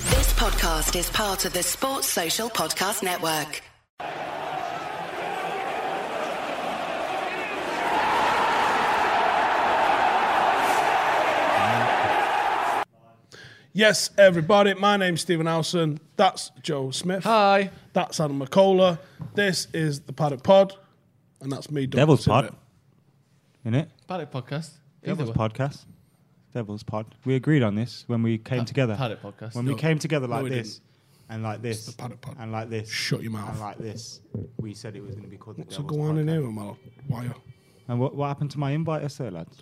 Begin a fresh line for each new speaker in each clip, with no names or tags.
podcast is part of the Sports Social Podcast Network.
Yes, everybody. My name's Stephen Howson. That's Joe Smith.
Hi.
That's Adam McCola. This is the Paddock Pod, and that's me. Duncan
Devil's
Sibbett.
Pod, in it.
Paddock podcast. Either
Devil's
way.
Podcast. Devil's Pod. We agreed on this when we came
Pa-
together.
Paddock podcast.
When
No.
we came together like
we
this, and like this,
the Paddock Pod.
and like this.
Shut your mouth.
And like this, we said it was going to be called the
So
Devil's
go on in
Podcast.
here, my lad. Why? you-
And what, what happened to my invite yesterday, lads?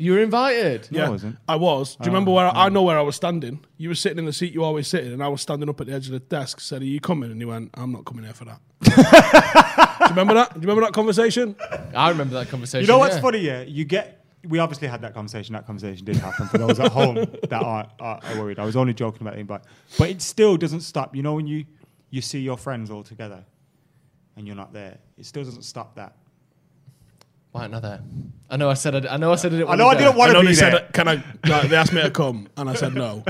You were invited.
No, I wasn't. Oh.
I was. Do you remember where I, I know where I was standing? You were sitting in the seat you always sit in, and I was standing up at the edge of the desk. Said, "Are you coming?" And you went, "I'm not coming here for that." Do you remember that? Do you remember that conversation?
I remember that conversation.
You know what's
yeah.
funny? Yeah, you get. We obviously had that conversation. That conversation did happen for those at home that are, are, are worried. I was only joking about the invite, but it still doesn't stop. You know when you you see your friends all together, and you're not there. It still doesn't stop that.
Why not there? I know I said I, d- I know I said I didn't.
I know I
wanna
didn't
go.
want
know
to be
they
there,
said, "Can I?" like, they asked me to come, and I said no.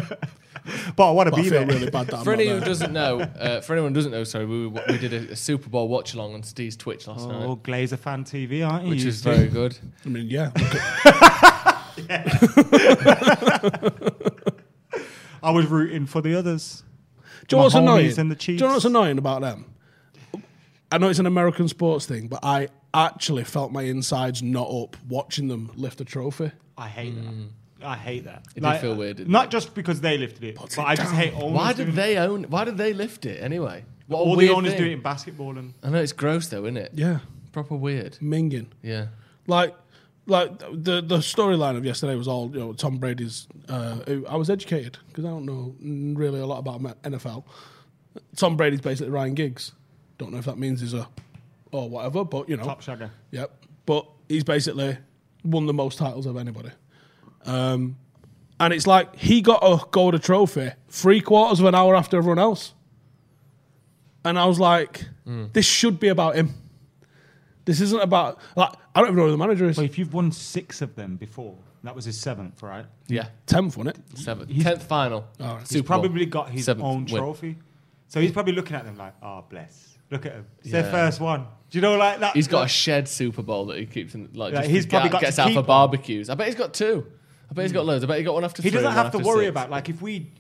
but I want to
But I
be there.
feel really bad that I'm
For
not
anyone who
there.
doesn't know, uh, for anyone who doesn't know, sorry, we, were- we did a, a Super Bowl watch along on Steve's Twitch last
Oh,
night,
Glazer fan TV, aren't you?
which
you
is
two?
very good.
I mean, yeah.
I was rooting for the others.
Do you know what's
Mahomes
annoying?
and the
Do you know
Chiefs.
what's annoying about them? I know it's an American sports thing, but I actually felt my insides knot up watching them lift a trophy.
I hate that. I hate that. It
Mm. did feel weird, didn't
Not just because they lifted it, but
it
I just
down.
hate all.
Why did they own? Why did they lift it anyway? What a
All the
weird
owners
thing.
do it in basketball and
I know it's gross though, isn't it?
Yeah,
Proper weird.
minging.
Yeah.
Like, like the the storyline of yesterday was all you know. Tom Brady's. Uh, who- I was educated because I don't know mm, really a lot about ma- NFL. Tom Brady's basically Ryan Giggs. Don't know if that means he's a or whatever, but you
Oh.
know,
top shagger.
Yep. But he's basically won the most titles of anybody. Um, and it's like he got a Golden Trophy three quarters of an hour after everyone else. And I was like, this should be about him. This isn't about, like, I don't even know who the manager is.
But if you've won six of them before, that was his seventh, right?
Yeah.
10th, wasn't it?
Seventh, tenth final.
Alright.
Oh, He's
Super Bowl.
probably got his
Seventh
own
win.
trophy. So he's probably looking at them like, oh, bless. Look at him. It's
Yeah.
their first one. Do you know, like that?
He's got a shared Super Bowl that he keeps in, like,
Yeah,
just
he's
he's
probably got
gets
to
out
keep
for
one. Hmm.
barbecues. I bet he's got two. I bet he's got loads. I bet he got one after
He
three.
doesn't
one
have to
after
worry
six.
about like if we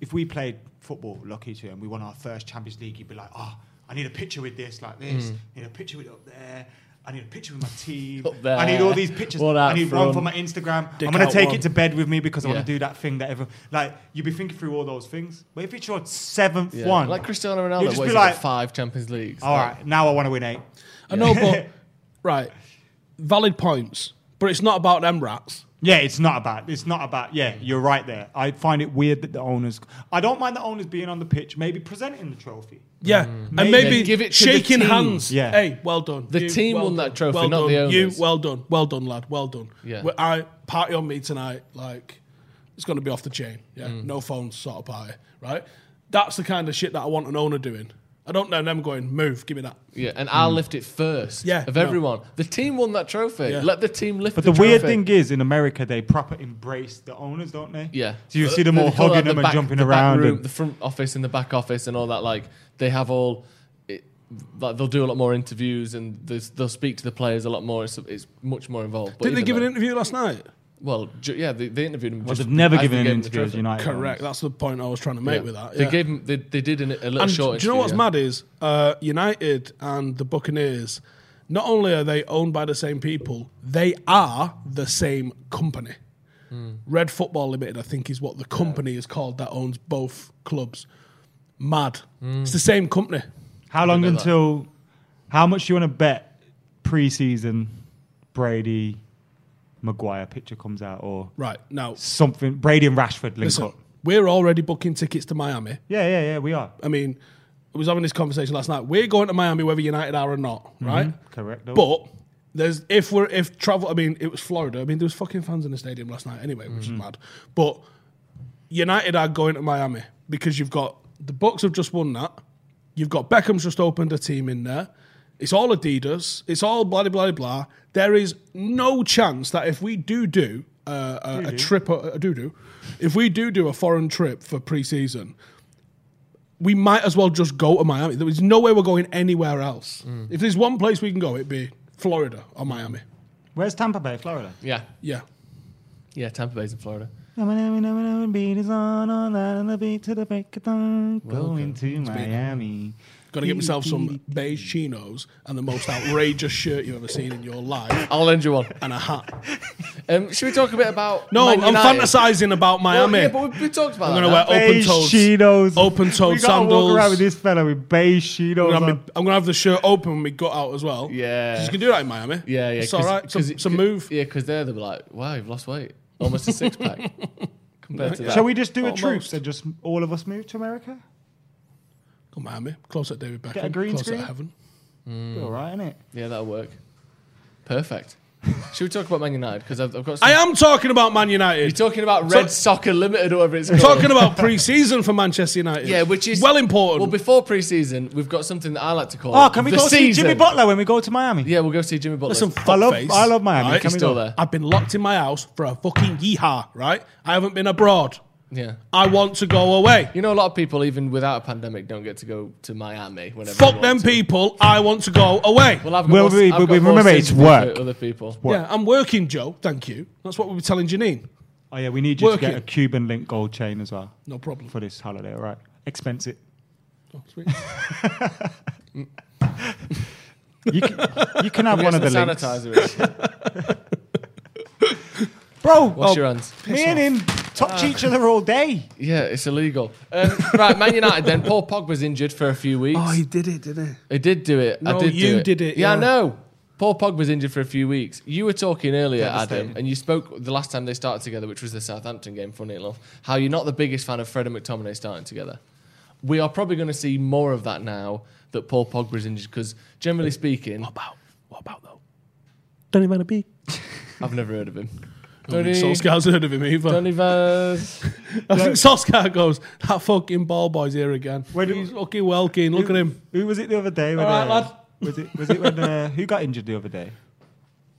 if we played football lucky to and we won our first Champions League, he'd be like, oh, I need a picture with this, like this. I need a picture with it up there. I need a picture with my team.
Mm. Up there.
I need all these pictures.
All
I
out
need one
front.
for my Instagram.
Dick
I'm gonna
out
take
one.
it to bed with me because I
Yeah.
want to do that thing that everyone like. You'd be thinking through all those things, but if it's your seventh
Yeah.
one,
Like Cristiano
you'd
Ronaldo,
just
what,
be
he's got
like,
five Champions Leagues.
all
Like,
right, now I want to win eight.
I know, but, right. Valid points, but it's not about them rats.
Yeah, it's not about. It's not about. Yeah, you're right there. I find it weird that the owners. I don't mind the owners being on the pitch, maybe presenting the trophy.
Yeah, and
Maybe-
maybe
Yeah, Mm. give it to the
shaking
team.
hands.
Yeah.
Hey, well done.
The team
well
won that trophy,
well
not
done.
the
You,
owners.
well done, well done, lad, well done.
Yeah.
Well, I party on me tonight. Like it's going to be off the chain. Yeah,
Mm.
no phones, sort of party. Right. That's the kind of shit that I want an owner doing. I don't know them going move. Give me that.
Yeah, and I'll
Hmm.
lift it first.
Yeah,
of
no.
everyone. The team won that trophy.
Yeah.
Let the team lift.
But the, weird
trophy.
thing is, in America, they proper embrace the owners, don't they?
yeah.
So you
Uh,
see them
they
all
call
hugging
that the
them
back-
and jumping
the back
around.
room,
and-
the front office and the back office and all that. Like they have all. It, like they'll do a lot more interviews and there's- they'll speak to the players a lot more. It's, it's much more involved. But
Didn't they
even
give an
though-
interview last night?
Well, ju- yeah, they, they interviewed him.
well,
just
they've never
as they
given an
gave him the
interview as
trophy.
United.
Correct. That's the point I was trying to make
Yeah.
with that.
They
yeah.
gave him. They, they did an, a little
And
short.
do you know what's
interview,
mad is uh, United and the Buccaneers. Not only are they owned by the same people, they are the same company. Red Football Limited, I think, is what the company is called that owns both clubs. Mad. It's the same company.
How long
know that.
until? How much do you want to bet preseason Brady, Maguire picture comes out or
Right now,
something? Brady and Rashford link
listen,
up.
we're already booking tickets to Miami.
Yeah, yeah, yeah. We are
I mean, I was having this conversation last night. We're going to Miami whether United are or not, right?
correct. though.
But there's if we're if travel. I mean, it was Florida. I mean, there was fucking fans in the stadium last night anyway, which is mad. But United are going to Miami because you've got the Bucks have just won that. You've got Beckham's just opened a team in there. It's all Adidas. It's all blah blah blah. blah. There is no chance that if we do do uh, a, a trip, a, a do do, if we do do a foreign trip for pre-season, we might as well just go to Miami. There is no way we're going anywhere else.
Mm.
If there's one place we can go, it'd be Florida or Miami.
Where's Tampa Bay, Florida?
Yeah,
Yeah.
yeah. Tampa Bay's in Florida.
Beat is on, on that and the beat to the break of dawn. Going to Miami.
Got to get myself some beige chinos and the most outrageous shirt you've ever seen in your life
I'll lend you one.
and a hat.
Um, should we talk a bit about?
No,
Man
I'm
United?
fantasizing about
Well,
Miami.
yeah, but we, we talked about.
I'm gonna
that.
wear open
Beige
toes.
chinos.
Open toed
we gotta walk around with
sandals.
this fella with beige
I'm
chinos
gonna,
on.
have, I'm gonna have the shirt open when we gut out as well.
Yeah.
'Cause you can do that in Miami.
Yeah, yeah.
It's all right. It's a, it's a
c-
move.
Yeah, because there they'll be like, wow, you've lost weight. Almost a six pack compared to that.
Shall we just do
Almost.
a truce and just all of us move to America?
Go Miami. Close at David Beckham.
Get a green
close
screen?
at heaven.
Be all right, innit?
Yeah, that'll work. Perfect. Should we talk about Man United? Because I've, I've got. Some,
I am talking about Man
You're
United.
talking about
So-
Red Soccer Limited or whatever it's called.
talking about pre-season for Manchester United.
Yeah, which is
well important.
Well, before pre-season, we've got something that I like to call.
Oh, can we
the
go see
season.
Jimmy Butler when we go to Miami?
Yeah, we'll go see Jimmy Butler.
Listen,
I love,
fuckface.
I love Miami.
Alright,
Can
he's
we
still
go?
there.
I've been locked in my house for a fucking yeehaw, right? I haven't been abroad.
yeah.
I want to go away.
You know, a lot of people, even without a pandemic, don't get to go to Miami. Whenever they
Fuck
want
them
to.
people. I want to go away.
Well, I've got
Well,
more,
we-
I've
but
got
we-
more
remember, it's
sympathy
work.
For other people.
yeah, I'm working, Joe. Thank you. That's what we were telling Janine.
Oh yeah, we need you to
Working.
get a Cuban link gold chain as well
No problem.
for this holiday. All right, expense it.
Oh, sweet.
You can, you can have
Get
one of the
some
links,
sanitizer. in.
bro.
Wash
oh,
your hands.
Me and him touch each other all day.
Yeah, it's illegal. Um, right, Man United. Then Paul Pogba's injured for a few weeks.
oh, he did it, didn't he?
I did do it. I
No,
did do
you did it,
Yeah, I
yeah.
know. Paul Pogba's injured for a few weeks. You were talking earlier, Adam,
Devastating.
and you spoke the last time they started together, which was the Southampton game, funny enough, how you're not the biggest fan of Fred and McTominay starting together. We are probably going to see more of that now that Paul Pogba's injured, because generally speaking,
about? What about though? Don't even want to be.
I've never heard of him.
I don't think Solskjaer's heard of him either.
Don't even.
I think Solskjaer goes, that fucking ball boy's here again.
When-
He's fucking Welkin. Look at him.
Who was it the other day? When,
All right,
uh,
lad.
Was it was it when uh, who got injured the other day?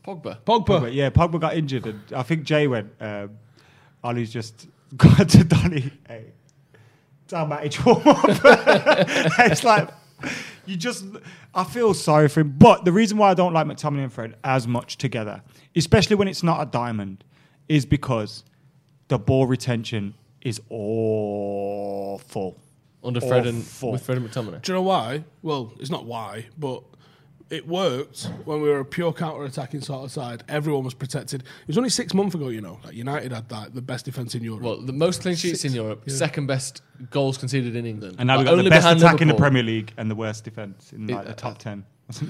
Pogba.
Pogba.
Pogba, yeah, Pogba got injured, and I think Jay went. Um, Ollie's just gone to Donny. Hey, damn mate, he warm up. it's like you just. I feel sorry for him, but the reason why I don't like McTominay and Fred as much together, especially when it's not a diamond, is because the ball retention is awful.
Under Fred and
Awful.
with Fred and McTominay.
Do you know why? Well, it's not why, but it worked when we were a pure counter-attacking sort of side. Everyone was protected. It was only six months ago, you know. Like United had that, the best defence in Europe.
Well, the most clean sheets in Europe, second best goals conceded in England,
And now
Like,
we've got the
only
best attack
behind
in the
Liverpool. uh,
Premier League and the worst defense in like, the top ten.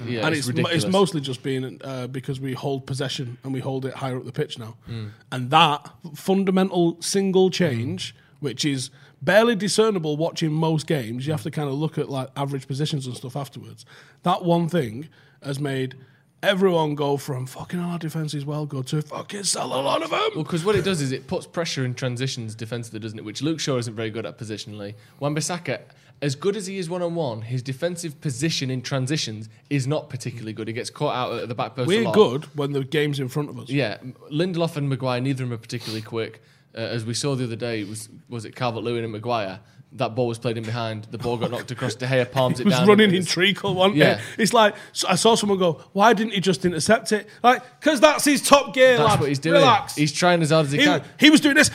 Yeah,
and
it's,
it's, mo-
ridiculous.
it's mostly just been uh, because we hold possession and we hold it higher up the pitch now.
Hmm.
And that fundamental single change, which is barely discernible watching most games, you have to
Hmm.
kind of look at like average positions and stuff afterwards. That one thing has made everyone go from fucking our defense is well good to fucking sell a lot of them.
Well, because what it does is it puts pressure in transitions defensively, doesn't it? Which Luke Shaw isn't very good at positionally. Wan-Bissaka, as good as he is one on one, his defensive position in transitions is not particularly good. He gets caught out at the back post. a
We're
lot.
good when the game's in front of us.
Yeah, Lindelof and Maguire, neither of them are particularly quick. Uh, as we saw the other day, was was it Calvert Lewin and Maguire? That ball was played in behind. The ball got knocked across. De Gea palms
He
it
was
down.
running
and
in
it's-
treacle, wasn't he?
Yeah.
It's like so I saw someone go, "Why didn't he just intercept it?" Like, because that's his top gear.
That's
lad.
what he's doing.
Relax.
He's trying as hard as he,
he,
can.
he was doing this.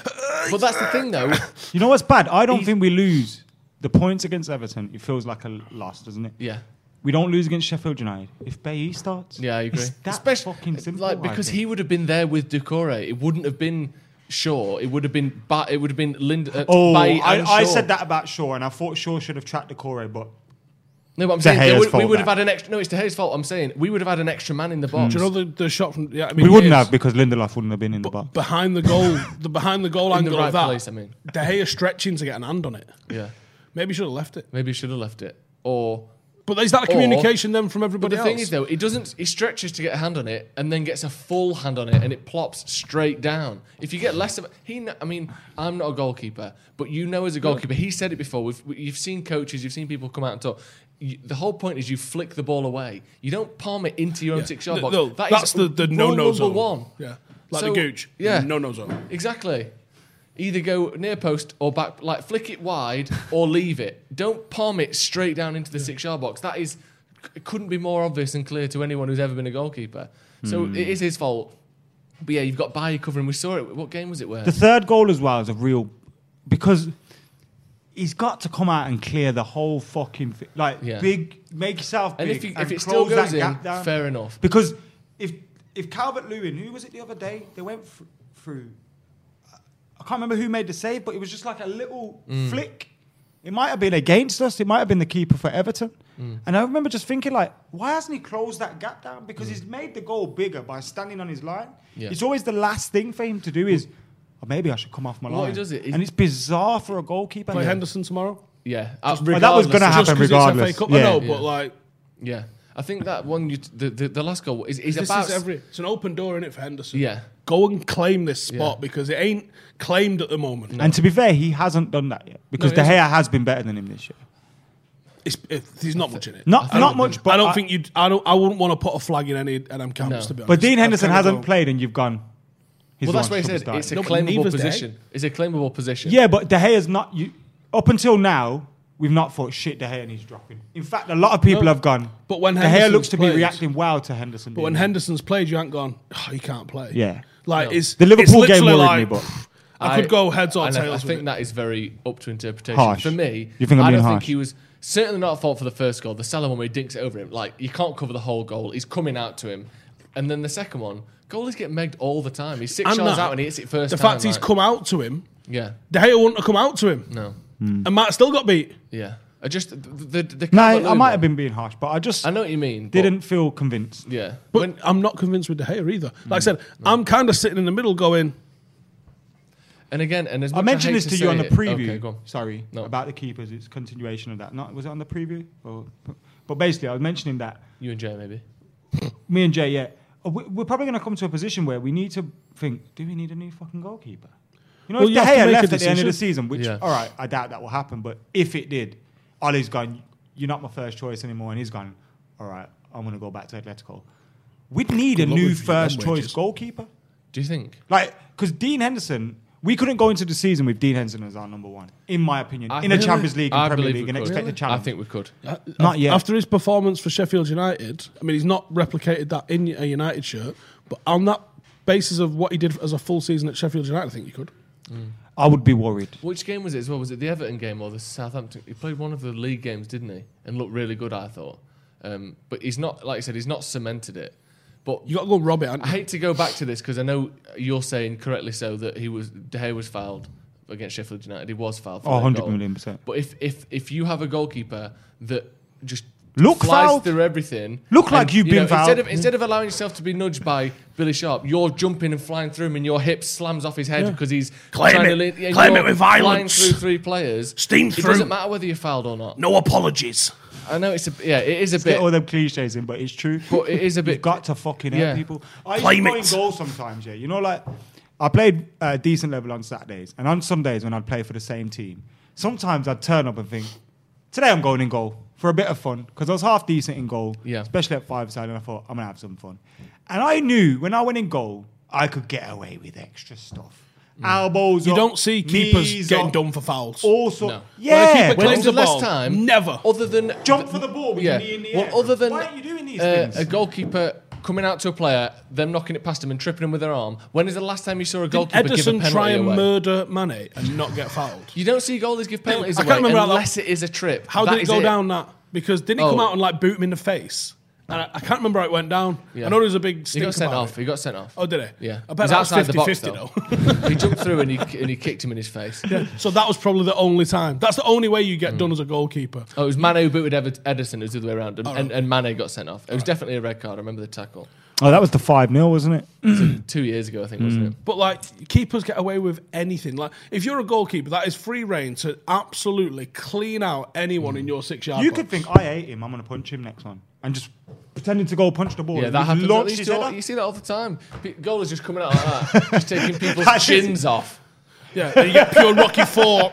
But that's the thing, though.
You know what's bad? I don't think we lose the points against Everton. It feels like a loss, doesn't it?
Yeah.
We don't lose against Sheffield United if Baye starts.
Yeah, I agree.
It's that fucking simple.
Like
I
because
think.
he would have been there with Ducore. It wouldn't have been Shaw. It would have been ba- It would have been Lind. Uh,
Oh,
Bay and
I, I
Shaw.
said that about Shaw, and I thought Shaw should have tracked the Corey, but
No, but I'm
De
saying
Gea's
they would- we
fault,
would have
that. Mm.
had an extra. No, it's De Gea's fault. I'm saying we would have had an extra man in the box.
Do you know the, the shot from? Yeah, I mean,
we wouldn't
it
have
is
because Lindelof wouldn't have been in the box.
behind the goal. the behind the goal
In the
angle
right
of that.
place, I mean.
De Gea stretching to get an hand on it.
Yeah,
Maybe he should have left it.
maybe he should have left it. Or
But is that a
Or-
communication then from
but
everybody
the
else?
thing is though, he doesn't. He stretches to get a hand on it and then gets a full hand on it and it plops straight down. If you get less of he, kn- I mean, I'm not a goalkeeper, but you know as a goalkeeper, he said it before. We've, we- you've seen coaches, you've seen people come out and talk. You, the whole point is you flick the ball away. You don't palm it into your own
Yeah.
six-yard
No,
box.
no,
That is
that's the, the
rule
no no
number
zone.
one.
Yeah, like
So,
the gooch.
Yeah,
no no zone.
Exactly. Either go near post or back, like flick it wide or leave it. Don't palm it straight down into the six yard box. That is, it couldn't be more obvious and clear to anyone who's ever been a goalkeeper. So
Hmm.
it is his fault. But yeah, you've got Bayer covering. We saw it. What game was it where?
The third goal as well is a real because he's got to come out and clear the whole fucking thi- like
Yeah.
big make yourself
and
big
if, you,
and
if it still
close that
goes in,
gap down.
fair enough.
because if if Calvert Lewin who was it the other day they went thr- through I can't remember who made the save but it was just like a little
Mm.
flick it might have been against us it might have been the keeper for Everton
Mm.
and I remember just thinking like why hasn't he closed that gap down because he's made the goal bigger by standing on his line
Yeah.
it's always the last thing for him to do is "Oh, maybe I should come off my
Well, he
line
does it-
and it's bizarre for a goalkeeper
Play Henderson tomorrow.
Yeah, Uh,
Well, that
regardless
was going to
of-
Just
happen
'cause
regardless.
It's FA Cup, I
yeah.
know, but like
Yeah, I think that one, you t- the, the the last goal is, is
this
about
is every. It's an open door in it for Henderson.
Yeah.
Go and claim this spot
Yeah.
because it ain't claimed at the moment.
And to be fair, he hasn't done that yet because
he
De Gea has been better than him this year.
It's, it, there's not much in it.
Not
I
not
don't-
much, but
I don't think you. would I don't. I wouldn't want to put a flag in any of them camps
No.
to be honest.
But Dean
I
Henderson
kinda
hasn't
don't-
played, and you've gone. he's
Well,
the
that's
one
why he said
superstar.
it's a
No, but
claimable
neither's there.
position. It's a claimable position.
yeah, but De Gea's not you. Up until now, we've not thought shit. De Gea needs dropping. In fact, a lot of people
No.
have gone.
But when
De Gea
Henderson
looks to
plays-
be reacting well to Henderson,
But
being
when
there.
Henderson's played, you ain't gone. Oh, he can't play.
Yeah.
Like it's
The Liverpool
it's
game
literally
worried me,
like,
but-
I, could go heads or
and I- I,
tails. with
think
it.
that is very up to interpretation.
Harsh.
For me,
You think I'm
I
being
don't think
harsh?
he was certainly not at fault for the first goal. The Salah one where he dinks it over him. Like you can't cover the whole goal. He's coming out to him, and then the second one, goalies get megged all the time. He's six
And
yards
that-
out and he hits it first.
the
time,
fact he's
like-
come out to him,
Yeah.
De Gea wouldn't have come out to him,
No.
and Matt still got beat.
Yeah. I just the the, the
No, I,
Calvert-Lewin
I might have
one,
been being harsh, but I just
I know what you mean. but-
didn't feel convinced.
Yeah.
But
When- Mm.
I'm not convinced with De Gea either. Like I said, I'm kind of sitting in the middle, going,
and again, and as
I
much
mentioned
hate
this to
say
you on the
it-
preview.
Okay, go on.
Sorry
No.
about the keepers. It's continuation of that. Not was it on the preview? Or, but basically, I was mentioning that
You and Jay maybe.
me and Jay, yeah, uh, we- we're probably going to come to a position where we need to think: Do we need a new fucking goalkeeper? You know,
Well,
if
you
De
have to
Gea
make a
left at the end of the
decision.
season, which
Yeah.
all right, I doubt that will happen. But if it did, Ollie's gone. You're not my first choice anymore, and he's gone. All right, I'm going to go back to Atletico. We'd need a
luck
new
with your
first
dumb
choice
wages.
goalkeeper,
Do you think?
like because Dean Henderson. We couldn't go into the season with Dean Henderson as our number one, in my opinion, in a
think-
Champions League and
I
Premier
believe
League,
we
and
could.
expect the challenge.
I think we could.
Not yet.
After his performance for Sheffield United, I mean, he's not replicated that in a United shirt, but on that basis of what he did as a full season at Sheffield United, I think you could.
I would be worried.
Which game was it as well? Was it the Everton game or the Southampton? He played one of the league games, didn't he? And looked really good, I thought. Um, but he's not, like I said, he's not cemented it. But
You got to go and rob it.
I
haven't you?
hate to go back to this because I know you're saying correctly so that he was De Gea was fouled against Sheffield United. He was fouled. For
Oh,
that
100
goal.
million percent.
But if if if you have a goalkeeper that just
Look
flies
fouled.
through everything,
Look like you've been
instead
fouled.
of instead of allowing yourself to be nudged by Billy Sharp, you're jumping and flying through him, and your hip slams off his head because he's
Claim
trying
it.
to lean- yeah,
Claim
you're
it with
flying
violence.
through three players.
Steam
it
through.
doesn't matter whether you're fouled or not.
No apologies.
I know it's a yeah, it is a
get all
bit.
them cliches in, but it's true.
But it is a bit-
You've got to fucking help
Yeah.
people. I used to
Claim
go in
it.
goal sometimes, yeah. You know, like I played a decent level on Saturdays, and on Sundays when I'd play for the same team, sometimes I'd turn up and think, today I'm going in goal for a bit of fun because I was half decent in goal,
Yeah.
especially at five side, and I thought I'm gonna have some fun. And I knew when I went in goal, I could get away with extra stuff.
Mm.
Elbows.
You
up,
don't see keepers
knees
getting
up,
done for fouls.
All sorts.
No.
Yeah,
keeper
when-
claims
When was the
the ball?
last time?
Never.
Other than
Jump for the ball with
yeah.
your knee in the
well,
air.
other than
Why are you doing these
uh,
things?
a goalkeeper coming out to a player, them knocking it past him and tripping him with their arm. When is the last time you saw a goalkeeper
Edison
give a penalty
try and
away?
murder Mane and not get fouled.
you don't see goalies give penalties
I can't
away
remember how that-
unless it is a trip.
How
That
did it
is
go down that? Because didn't he come
Oh.
out and like boot him in the face? And I, I can't remember how it went down.
Yeah.
I know there was a big
He
stink
got sent
about
off.
it.
He got sent off.
Oh, did he?
Yeah.
I
He was
bet that was
outside
50
the box,
50 though.
he jumped through and he and he kicked him in his face.
so that was probably the only time. That's the only way you
Hmm.
get done as a goalkeeper.
Oh, it was Mane who booted Ever- Edison. It was the other way around, and, and, and Mane got sent off. It was definitely a red card. I remember the tackle
Oh, that was the 5 0, wasn't it?
two years ago, I think, wasn't it?
But like keepers get away with anything. Like if you're a goalkeeper, that is free reign to absolutely clean out anyone in your six yard.
You could think, I hate him, I'm going to punch him next one. And just pretending to go punch the ball.
Yeah,
and
that
just
happens.
launch
at least
his
you,
head
all-
up.
you see that all the time. Pe- Goalers just coming out like that, just taking people's
That's just-
chins off.
yeah, and you get pure Rocky Four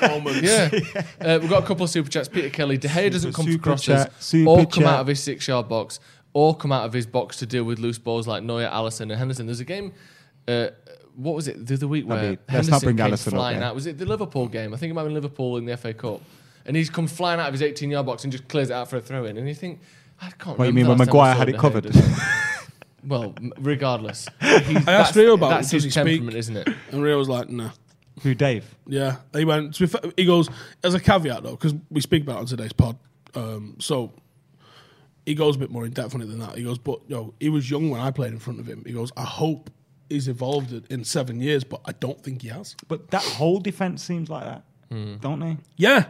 moments.
Yeah, uh, we've got a couple of super chats. Peter Kelly, De Gea doesn't
Super,
come for
super
crosses,
chat, super
or come
chat.
out of his six-yard box, or come out of his box to deal with loose balls like Neuer, Allison, and Henderson. There's a game uh, what was it the other week
That'd
where
be- let's not
Henderson
bring
came
Allison up
flying
here.
out? Was it the Liverpool game? I think it might have been Liverpool in the FA Cup, and he's come flying out of his 18-yard box and just clears it out for a throw-in. And you think, I can't.
What do you
remember
mean
the last
when
time I
Maguire
saw
had it
De Gea
covered?
does it. well, m- regardless, He's-
asked
that's-
Rio about it.
that's
Does
his
he speak?
temperament, isn't it?
And Rio was like, nah.
Who, Dave?
Yeah, he went. To be fair, he goes as a caveat though, because we speak about it on today's pod. Um, so he goes a bit more in depth on it than that. He goes, but yo, he was young when I played in front of him. He goes, I hope he's evolved in- in seven years, but I don't think he has.
But that whole defense seems like that, don't they?
Yeah,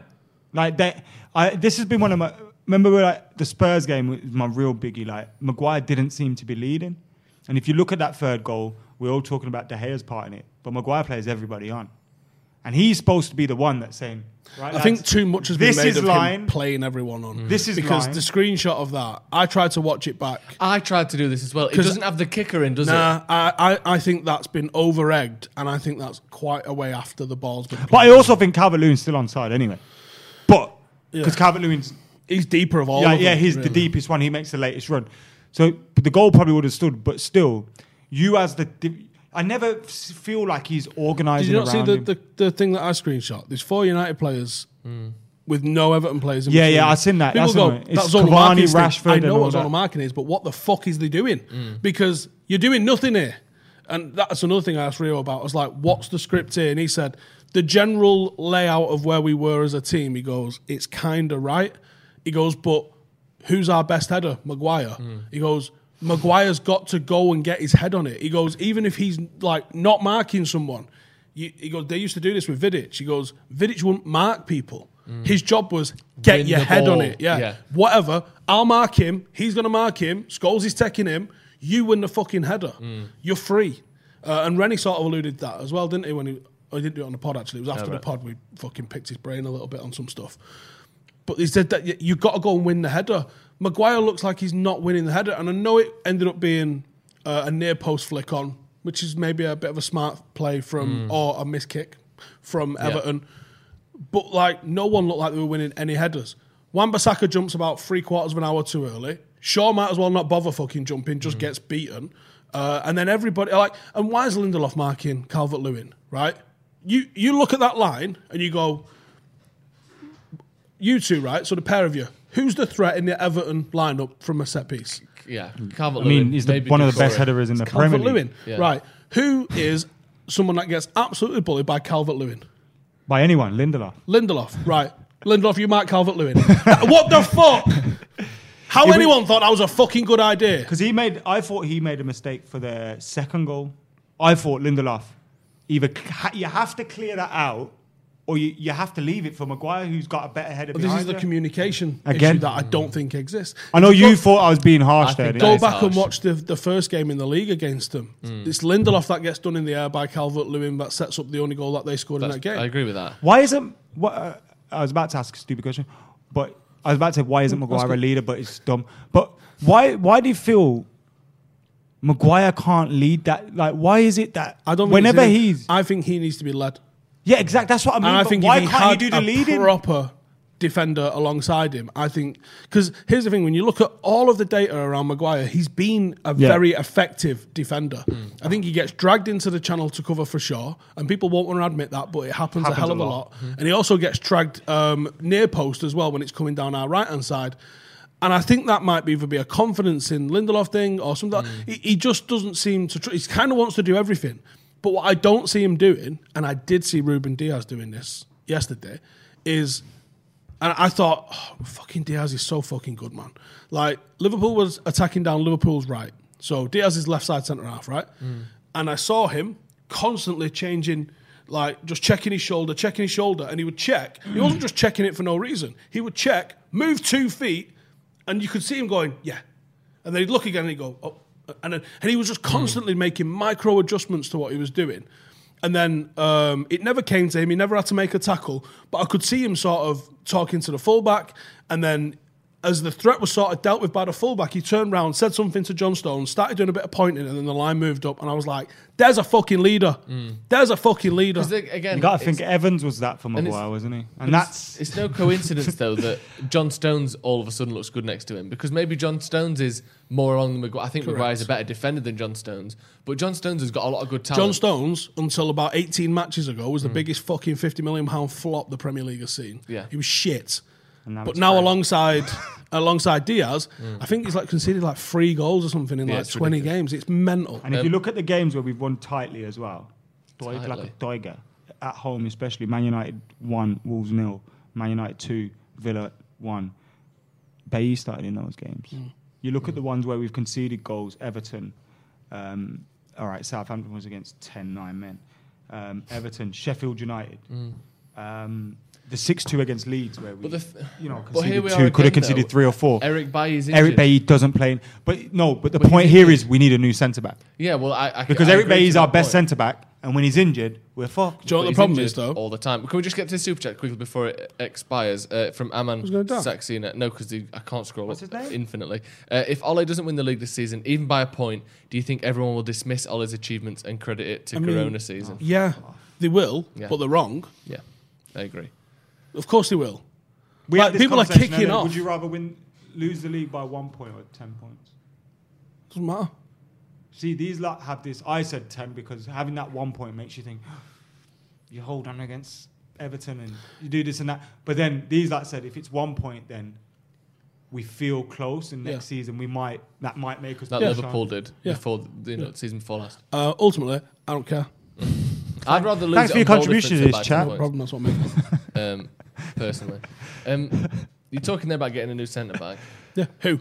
Like they, I, this has been one of my. Remember, we were like the Spurs game was my real biggie. Like Maguire didn't seem to be leading, and if you look at that third goal, we're all talking about De Gea's part in it, but Maguire plays everybody on, and he's supposed to be the one that's saying. Right,
I think
lads,
too much has been
this
made
is
of him
line.
playing everyone on.
This is
because
line.
the screenshot of that. I tried to watch it back.
I tried to do this as well. It
'Cause-
doesn't have the kicker in, does it?
Nah, I, I, I think that's been over egged, and I think that's quite a way after the ball's been.
But I
played.
also think Calvert Lewin's still on side anyway, but because
Yeah.
Calvert Lewin's
he's deeper of all.
yeah,
of
yeah,
them,
he's the
really.
deepest one. He makes the latest run. So the goal probably would have stood, but still, you as the. I never s- feel like he's
Did
organising.
you not see
around
the,
him.
the, the thing that I screenshot? There's four United players with no Everton players. In
Yeah,
between.
yeah, I seen that.
People
That's
go,
annoying. It's
that's Zonal
Cavani,
Martin's thing."
Rashford
I
and
know
all
what
that.
Zonal Marking is, but what the fuck is they doing?
Mm.
Because you're doing nothing here. And that's another thing I asked Rio about. I was like, what's the script here? And he said, the general layout of where we were as a team, he goes, it's kind of right. He goes, but who's our best header? Maguire.
Mm.
He goes, Maguire's got to go and get his head on it. He goes, even if he's like not marking someone, you, he goes, they used to do this with Vidic. He goes, Vidic wouldn't mark people. His job was get
Mm. Win
your
the
head on
ball.
it. Yeah.
Yeah.
Whatever. I'll mark him. He's going to mark him. Scholes is taking him. You win the fucking header. You're free. Uh, and Rennie sort of alluded to that as well, didn't he? When he, oh, he didn't do it on the pod, actually. It was after the pod we fucking picked his brain a little bit on some stuff. But he said that y- you've got to go and win the header. Maguire looks like he's not winning the header. And I know it ended up being uh, a near post flick on, which is maybe a bit of a smart play from, or a miss kick from Everton. But like, no one looked like they were winning any headers. Wan Bissaka jumps about three quarters of an hour too early. Shaw might as well not bother fucking jumping,
Hmm.
just gets beaten. Uh, and then everybody like, and why is Lindelof marking Calvert Lewin? Right? You you look at that line and you go, you two, right? So the pair of you, who's the threat in the Everton lineup from a set piece?
Yeah, Calvert.
I mean, he's the, one of the best headers in the Premier
Calvert
League
Lewin,
Yeah.
right? Who is someone that gets absolutely bullied by Calvert Lewin?
by anyone. Lindelof.
Lindelof, right. Lindelof, you mark Calvert Lewin. what the fuck? How
was-
anyone thought that was a fucking good idea?
Because he made, I thought he made a mistake for the second goal. I thought Lindelof, either c- ha- you have to clear that out, or you, you have to leave it for Maguire, who's got a better header.
But this is
behind
the
you.
communication
Again.
issue that I don't think exists.
I know
If
you
go-
thought I was being harsh Hmm.
I
there.
think
didn't
that
Go
you?
is
back and
harsh.
watch the, the first game in the league against them. It's Lindelof that gets done in the air by Calvert Lewin that sets up the only goal that they scored in that game.
I agree with that.
Why isn't? What, uh, I was about to ask a stupid question, but I was about to say why
Mm,
isn't Maguire a leader? But it's dumb. But why? Why do you feel Maguire can't lead that? Like, why is it that
I don't. think
whenever
it's in him.
he's
I think he needs to be led.
yeah, exact. That's what I mean.
And I
but
think
why
if he
can't
had
you do the
a
leading?
proper defender alongside him, I think because here's the thing: when you look at all of the data around Maguire, he's been a
Yeah.
very effective defender. I think he gets dragged into the channel to cover for sure, and people won't want to admit that, but it happens, a
Happens
hell
a
of a lot.
lot.
And he also gets dragged um, near post as well when it's coming down our right hand side. And I think that might be either be a confidence in Lindelof thing or something.
Mm.
He, he just doesn't seem to. Tr- he kind of wants to do everything. But what I don't see him doing, and I did see Ruben Diaz doing this yesterday, is, and I thought, oh, fucking Diaz is so fucking good, man. Like Liverpool was attacking down Liverpool's right, so Diaz is left side centre half, right, and I saw him constantly changing. Like just checking his shoulder, checking his shoulder, and he would check. He wasn't just checking it for no reason. He would check, move two feet, and you could see him going, yeah. And then he'd look again and he'd go, oh. And, then, and he was just constantly making micro adjustments to what he was doing. And then um, it never came to him. He never had to make a tackle. But I could see him sort of talking to the fullback. And then as the threat was sort of dealt with by the fullback, he turned round, said something to John Stones, started doing a bit of pointing, and then the line moved up. And I was like, there's a fucking leader. There's a fucking leader.
Because again,
You got to
it's-
think Evans was that for a
and it's-
while, wasn't he? And that's
it's no coincidence though that John Stones all of a sudden looks good next to him because maybe John Stones is more along the Maguire. I think Maguire's a better defender than John Stones, but John Stones has got a lot of good
John
talent.
Stones, until about 18 matches ago, was the biggest fucking 50 million pound flop the Premier League has seen.
Yeah.
He was shit.
And now
but
it's
now
great.
alongside alongside Diaz, I think he's like conceded like three goals or something in
Mm. Yeah,
like
it's
20 games. It's mental.
and if you look at the games where we've won tightly as well, Doig- like
Um, Tightly.
a tiger at home, especially Man United one, Wolves nil, Man United two, Villa one. Bailly started in those games.
Hmm.
You look at the ones where we've conceded goals, Everton. Um, all right, Southampton was against 10, 9 men. Um, Everton, Sheffield United. Um, the 6 2 against Leeds, where we,
Hmm. But the th-
you know,
but here
conceded
we
two,
are
could have
again,
conceded
though.
three or four.
Eric Bailly's injured.
Eric Bailly doesn't play. But no, but the
But he's
point here
injured.
is we need a new centre back
Yeah, well, I, I
because
I
Eric
agree
Bailly's
to
our
that
best
point.
centre back, and when he's injured, we're fucked.
Do you know
But
what the
he's
problem
injured
is, though?
all the time. Can we just get to the super chat quickly before it expires uh, from Aman
going down?
Saxena? No, because I can't scroll
What's
up
his name?
infinitely. Uh, if Ole doesn't win the league this season, even by a point, do you think everyone will dismiss Ole's achievements and credit it to
mean- oh.
Corona season?
Yeah, they will,
Yeah.
but they're wrong.
Yeah, I agree.
Of course they will.
We
Like,
had this
people are
conversation
kicking
earlier,
off.
Would you rather win, lose the league by one point or ten points?
Doesn't matter.
See, these lot have this. I said ten because having that one point makes you think you hold on against Everton and you do this and that. But then these lot said if it's one point, then we feel close, and next season we might that might make us.
That
push on.
Liverpool did
Yeah.
before you know season before last.
Uh, ultimately, I don't care.
I'd rather lose.
Thanks for
it on
your
goal
contribution to
difference
this
than by
chat.
two
No
points,
problem. That's what makes.
Um, personally, um, you're talking there about getting a new centre back.
yeah. Who?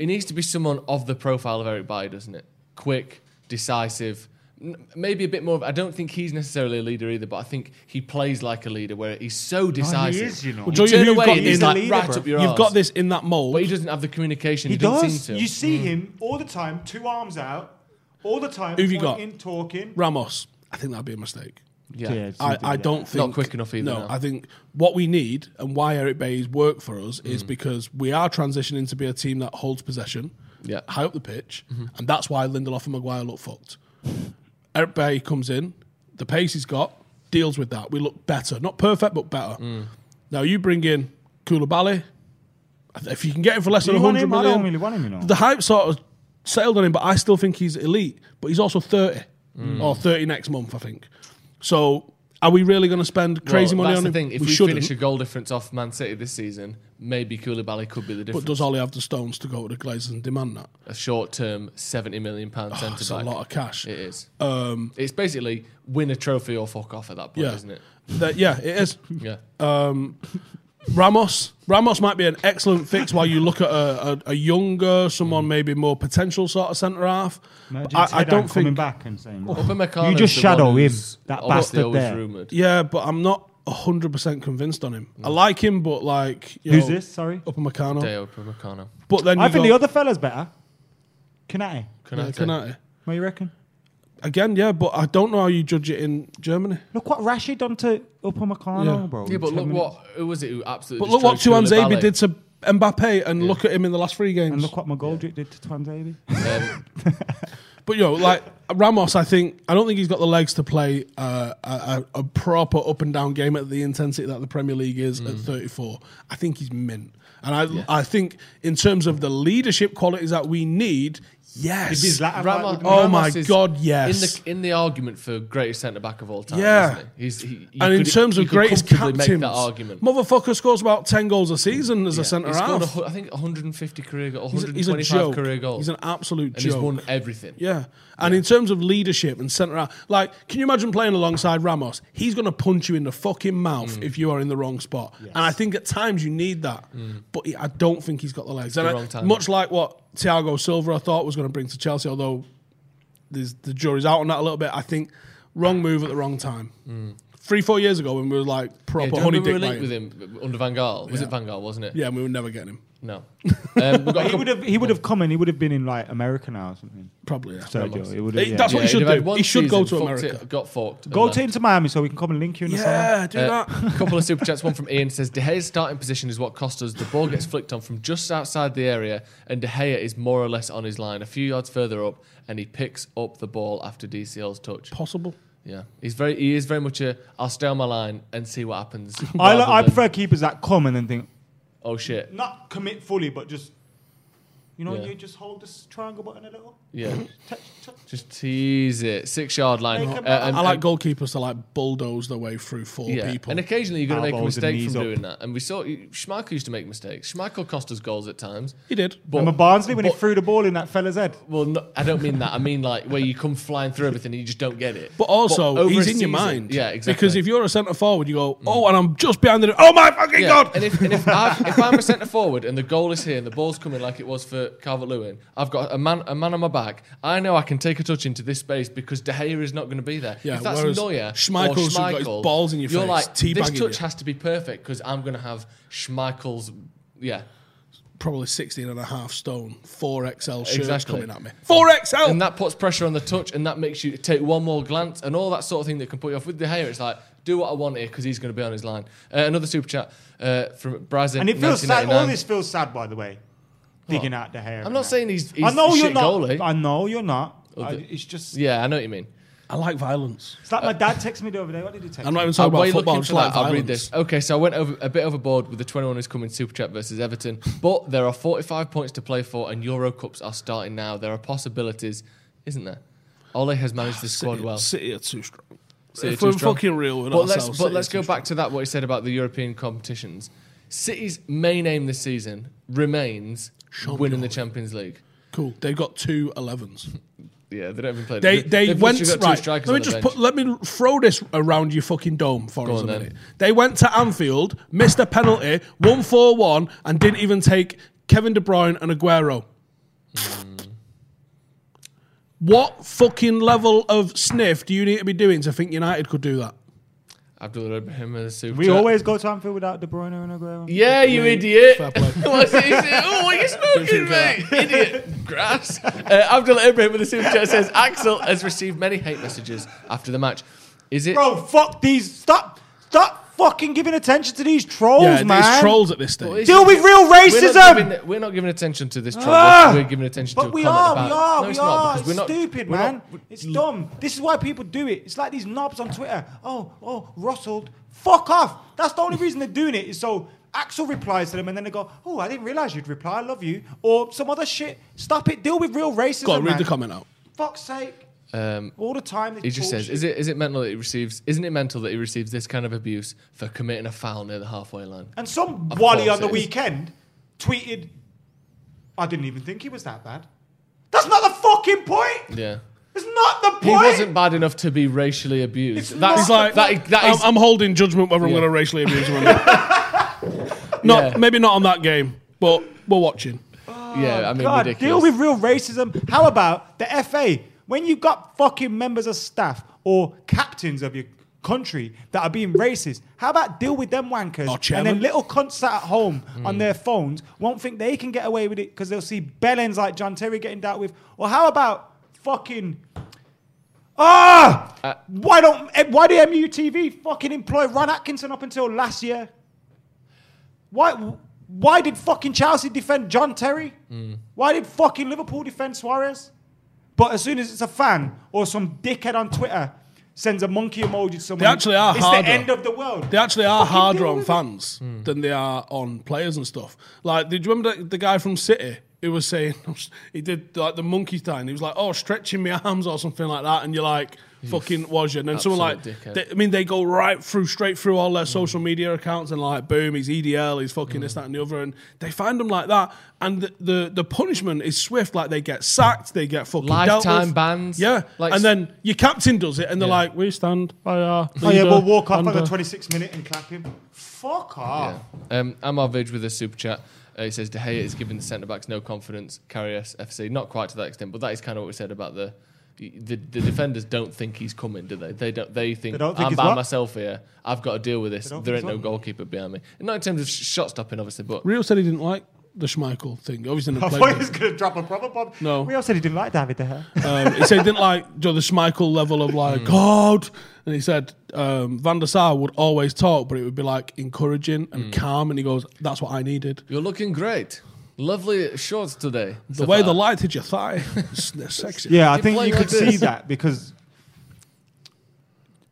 It needs to be someone of the profile of Eric Bailly, doesn't it? Quick, decisive, n- maybe a bit more. Of, I don't think he's necessarily a leader either, but I think he plays like a leader, where he's so decisive.
is, you know.
You
Joe,
turn
you've
away
got
and he's
in-
like
He's a
right
leader,
up your
You've
arse.
got this in that mold.
but he doesn't have the communication.
He
doesn't
does.
seem to.
You see
Mm.
him all the time, two arms out, all the time.
Who've you got?
pointing, talking.
Ramos. I think that'd be a mistake.
yeah.
I, I don't think
Not quick enough either,
No,
no.
I think what we need and why Eric Bay's work for us
Mm.
is because we are transitioning to be a team that holds possession,
Yeah. Mm-hmm.
high up the pitch, and that's why Lindelof and Maguire look fucked. Eric Bay comes in, the pace he's got deals with that. We look better, not perfect, but better.
Mm.
Now you bring in Koulibaly. If you can get him for less
Do
than
you want
hundred
him? I
million,
don't really want him, you know.
the hype sort of settled on him, but I still think he's elite. But he's also 30
Mm.
or 30 next month, I think. So are we really going to spend crazy
Well,
money
that's
on
the
him?
thing. If
we
we,
shouldn't.
finish a goal difference off Man City this season, maybe Koulibaly could be the
but
difference.
does Ollie have the stones to go to the Glazers and demand that?
a short-term seventy million pound centre
That's Oh, a
back.
lot of cash.
It is. it's basically win a trophy or fuck off at that point,
Yeah.
isn't it?
That- yeah, it is.
Yeah.
Ramos. Ramos might be an excellent fix while you look at a, a, a younger,
Mm.
someone maybe more potential sort of centre half. But
Imagine
I, I
Zidane
don't
coming
think. Oh,
back and saying,
Upamecano
You
is
just
the
shadow
one
him,
who's
that
almost
bastard
always
there.
Rumoured.
Yeah, but I'm not 100% convinced on him. I like him, but like. You
"Who's
know,
this? Sorry."
Upper Meccano.
Deo Upamecano.
But then you
I think
go,
the other fella's better. Kanate.
Yeah,
Konate.
Konate.
What do you reckon?
Again, yeah, but I don't know how you judge it in Germany.
Look what Rashid done to Upamecano,
Yeah.
bro.
Yeah, but
Ten
look
minutes.
what who was it who absolutely
But look what
destroyed
Tuan Zabi
Koulibaly?
did to Mbappe, and look at him in the last three games.
And look what McGoldrick did to Twanzabi.
Um,
but yo, like Ramos, I think I don't think he's got the legs to play uh, a, a a proper up and down game at the intensity that the Premier League is at 34. I think he's mint, and I I think in terms of the leadership qualities that we need, yes,
Ramos,
Oh
Ramos
my
is
God, yes.
In the in the argument for greatest centre back of all time,
Yeah.
isn't he? He's, he, you
and in
could-
terms
you
of
could
greatest
comfortably
captains,
make that argument.
motherfucker scores about 10 goals a season as
Yeah.
a centre
He's scored a
half.
hu- I think 150 career goals,
He's a, he's a
125
joke.
career goals,
He's an absolute
and
joke.
he's won everything.
Yeah. And in terms of leadership and centre out, like, can you imagine playing alongside Ramos? He's going to punch you in the fucking mouth
Mm.
if you are in the wrong spot. And I think at times you need that. But he- I don't think he's got the legs.
Mm. the
And I-
wrong time.
much like what Thiago Silva I thought was going to bring to Chelsea, although there's, the jury's out on that a little bit, I think wrong move at the wrong time. three, four years ago when we were like
Mm. Yeah,
proper
do you
honey
remember we
dick
were linked
Lane.
with him under Van Gaal? Was
Yeah.
it Van Gaal, wasn't it?
Yeah, and we were never getting him.
No. Um, we got a
He
couple-
would have he would have come and he would have been in like America now or something.
Probably. Yeah.
Sergio, it would
Hey, that's
have.
what- he should
he'd have had
do.
one
He should go
season,
to
fucked
America.
It, got fucked. and
Go
left.
to into Miami so we can come and link you in the summer.
Yeah, do
Uh,
that.
couple of super chats. One from Ian says De Gea's starting position is what cost us. The ball gets flicked on from just outside the area, and De Gea is more or less on his line, a few yards further up, and he picks up the ball after DCL's touch.
Possible.
Yeah, he's very. He is very much a. I'll stay on my line and see what happens.
I, li-
rather
I
than,
prefer keepers that come and then think
Oh shit!
not commit fully, but just you know
Yeah.
you just hold this triangle button a little.
Yeah,
Touch, touch.
just tease it. Six yard line. Uh,
Make 'em
I like
and-
goalkeepers to like bulldoze their way through four people.
And occasionally you're going to make a
Elbows and
mistake
knees
from
up.
doing that. And we saw Schmeichel used to make mistakes. Schmeichel cost us goals at times.
he did.
But-
Remember Barnsley when he
but-
threw the ball in that fella's head?
Well, no, I don't mean that. I mean like where you come flying through everything and you just don't get it.
But also,
over
he's
a
in your
season-
mind.
Yeah, exactly. Mm.
Because if you're a centre forward, you go, oh, and I'm just behind the. Oh my fucking
yeah.
god!
and if, and if, I've, if I'm a centre forward and the goal is here and the ball's coming like it was for Calvert Lewin, I've got a man a man on my back. I know I can take a touch into this space because De Gea is not going to be there.
Yeah,
if that's
whereas
Neuer or
Schmeichel's got his
Schmeichel,
balls in your
you're
face,
like this
teabagging you."
touch has to be perfect because I'm going to have Schmeichel's. Yeah,
Probably 16 and a half stone, 4XL shirts
Exactly.
coming at me. 4XL!
and that puts pressure on the touch, and that makes you take one more glance, and all that sort of thing that can put you off. With De Gea, it's like do what I want here because he's going to be on his line. Uh, another super chat uh, from Brazil.
And it feels sad. All this feels sad, by the way. Digging out the hair.
I'm not saying he's. he's
I know
a
you're
shit
not.
Goalie.
I know you're not. I,
the-
it's just.
yeah, I know what you mean.
I like violence.
It's like my dad texted me the other day. What did he text?
I'm not
me?
even talking
I'm way
about football,
looking
I'm just
for
like
that.
violence.
I'll read this. Okay, so I went over a bit overboard with the 21 who's coming super chat versus Everton, but there are 45 points to play for, and Euro Cups are starting now. There are possibilities, isn't there? Ole has managed this squad
City,
well.
City are too strong.
City
if
are
we're
too strong.
fucking real with
but
ourselves,
let's,
City
but
are
let's
too
go back to that what he said about the European competitions. City's main aim this season remains
Champions.
winning the Champions League.
Cool. They've got two 11s.
Yeah, they don't even play.
They they
They've
went
literally got two
right. Let
strikers
me
on the
just
bench.
put. Let me throw this around your fucking dome for us a
on then.
minute. They went to Anfield, missed a penalty, one four one, and didn't even take Kevin De Bruyne and Aguero.
Hmm.
What fucking level of sniff do you need to be doing to think United could do that?
Abdul Ibrahim as a super.
We
chat.
always go to Anfield without De Bruyne and Aguero.
Yeah, you idiot.
Fair play.
What's it, is it? Oh, what are you smoking, mate? Idiot. Grass. Uh, Abdul Ibrahim with the super chat says Axel has received many hate messages after the match. Is it?
Bro, fuck these. Stop. Stop fucking giving attention to these trolls,
yeah,
man.
these trolls at this
Well,
stage.
it's-
Deal with real
We're
racism.
not, giving, we're not giving attention to this trouble.
Ah!
we're giving attention to
But
a
we
comment about
are, we are,
No,
we
it's
are.
not.
it's
because we're not,
stupid,
we're
man.
not-
it's dumb. This is why people do it. It's like these knobs on Twitter. Oh, oh, Russell, fuck off. That's the only reason they're doing it. Is so Axel replies to them, and then they go, "Oh, I didn't realize you'd reply. I love you," or some other shit. Stop it. Deal with real racism.
Go on, read
man.
the comment out.
Fuck's sake.
Um,
All the time.
He just says, "Is it is it mental that he receives? Isn't it mental that he receives this kind of abuse for committing a foul near the halfway line?"
And some
Of
Wally
course
on the
it is.
weekend tweeted, "I didn't even think he was that bad." That's not the fucking point.
Yeah,
It's not the
he
point.
wasn't bad enough to be racially abused.
It's
That's
not-
He's like,
that. is- that
I'm,
is-
I'm holding judgment whether I'm
Yeah.
going to racially abuse him or not. not
Yeah.
maybe not on that game, but we're watching.
yeah, I mean,
God,
ridiculous.
deal with real racism. How about the FA? When you've got fucking members of staff or captains of your country that are being racist, how about deal with them wankers?
Or
and
chairman.
then little cunts sat at home
Hmm.
on their phones won't think they can get away with it because they'll see bellends like John Terry getting dealt with. Or how about fucking. Ah!
Uh,
why don't eh, why do MUTV fucking employ Ron Atkinson up until last year? Why why did fucking Chelsea defend John Terry? Why did fucking Liverpool defend Suarez? But as soon as it's a fan or some dickhead on Twitter sends a monkey emoji to someone,
actually are
it's
harder.
the end of the world.
They actually are
Fucking
harder
deal
on
with
fans
Hmm.
than they are on players and stuff. Like, did you remember the, the guy from City who was saying he did like the monkey thing? He was like, "Oh, stretching my arms or something like that," and you're like, "Fucking was you?" And then someone like,
absolute dickhead. Hmm.
they- I mean, they go right through, straight through all their social media accounts and like, boom, he's EDL, he's fucking this, that, and the other, and they find him like that, and the the, the punishment is swift. Like they get sacked, they get fucking dealt
Lifetime
with.
bans.
yeah,
Like-
and then your captain does it, and they're like, "We stand by our."
Oh yeah,
leader
we'll walk off
and,
on the
uh,
26 minute and clap him. Fuck off.
Um, Amar Vidge with a super chat. Uh, he says De Gea is giving the centre backs no confidence. Carrius FC, not quite to that extent, but that is kind of what we said about the y- The, the defenders don't think he's coming, do they? They don't. They think,
They don't think
I'm
he's
by
what?
myself here. I've got to deal with this.
don't
There
think
ain't no
he's
goalkeeper behind me. Not in terms of sh- shot stopping, obviously, but
Rio said he didn't like the Schmeichel thing. Obviously,
I
never
thought he
played
was
with
going to drop a proper bomb.
No.
We all said he didn't like David De Gea.
him. um, He said he didn't like you know, the Schmeichel level of
Hmm.
like God, and he said um, Van der Sar would always talk, but it would be like encouraging
Hmm.
and calm, and he goes, "That's what I needed."
you're looking great. Lovely shorts today.
The way the light hit your thigh, it's- they're sexy.
Yeah, I
You
think
play
you
like
could see
this.
that because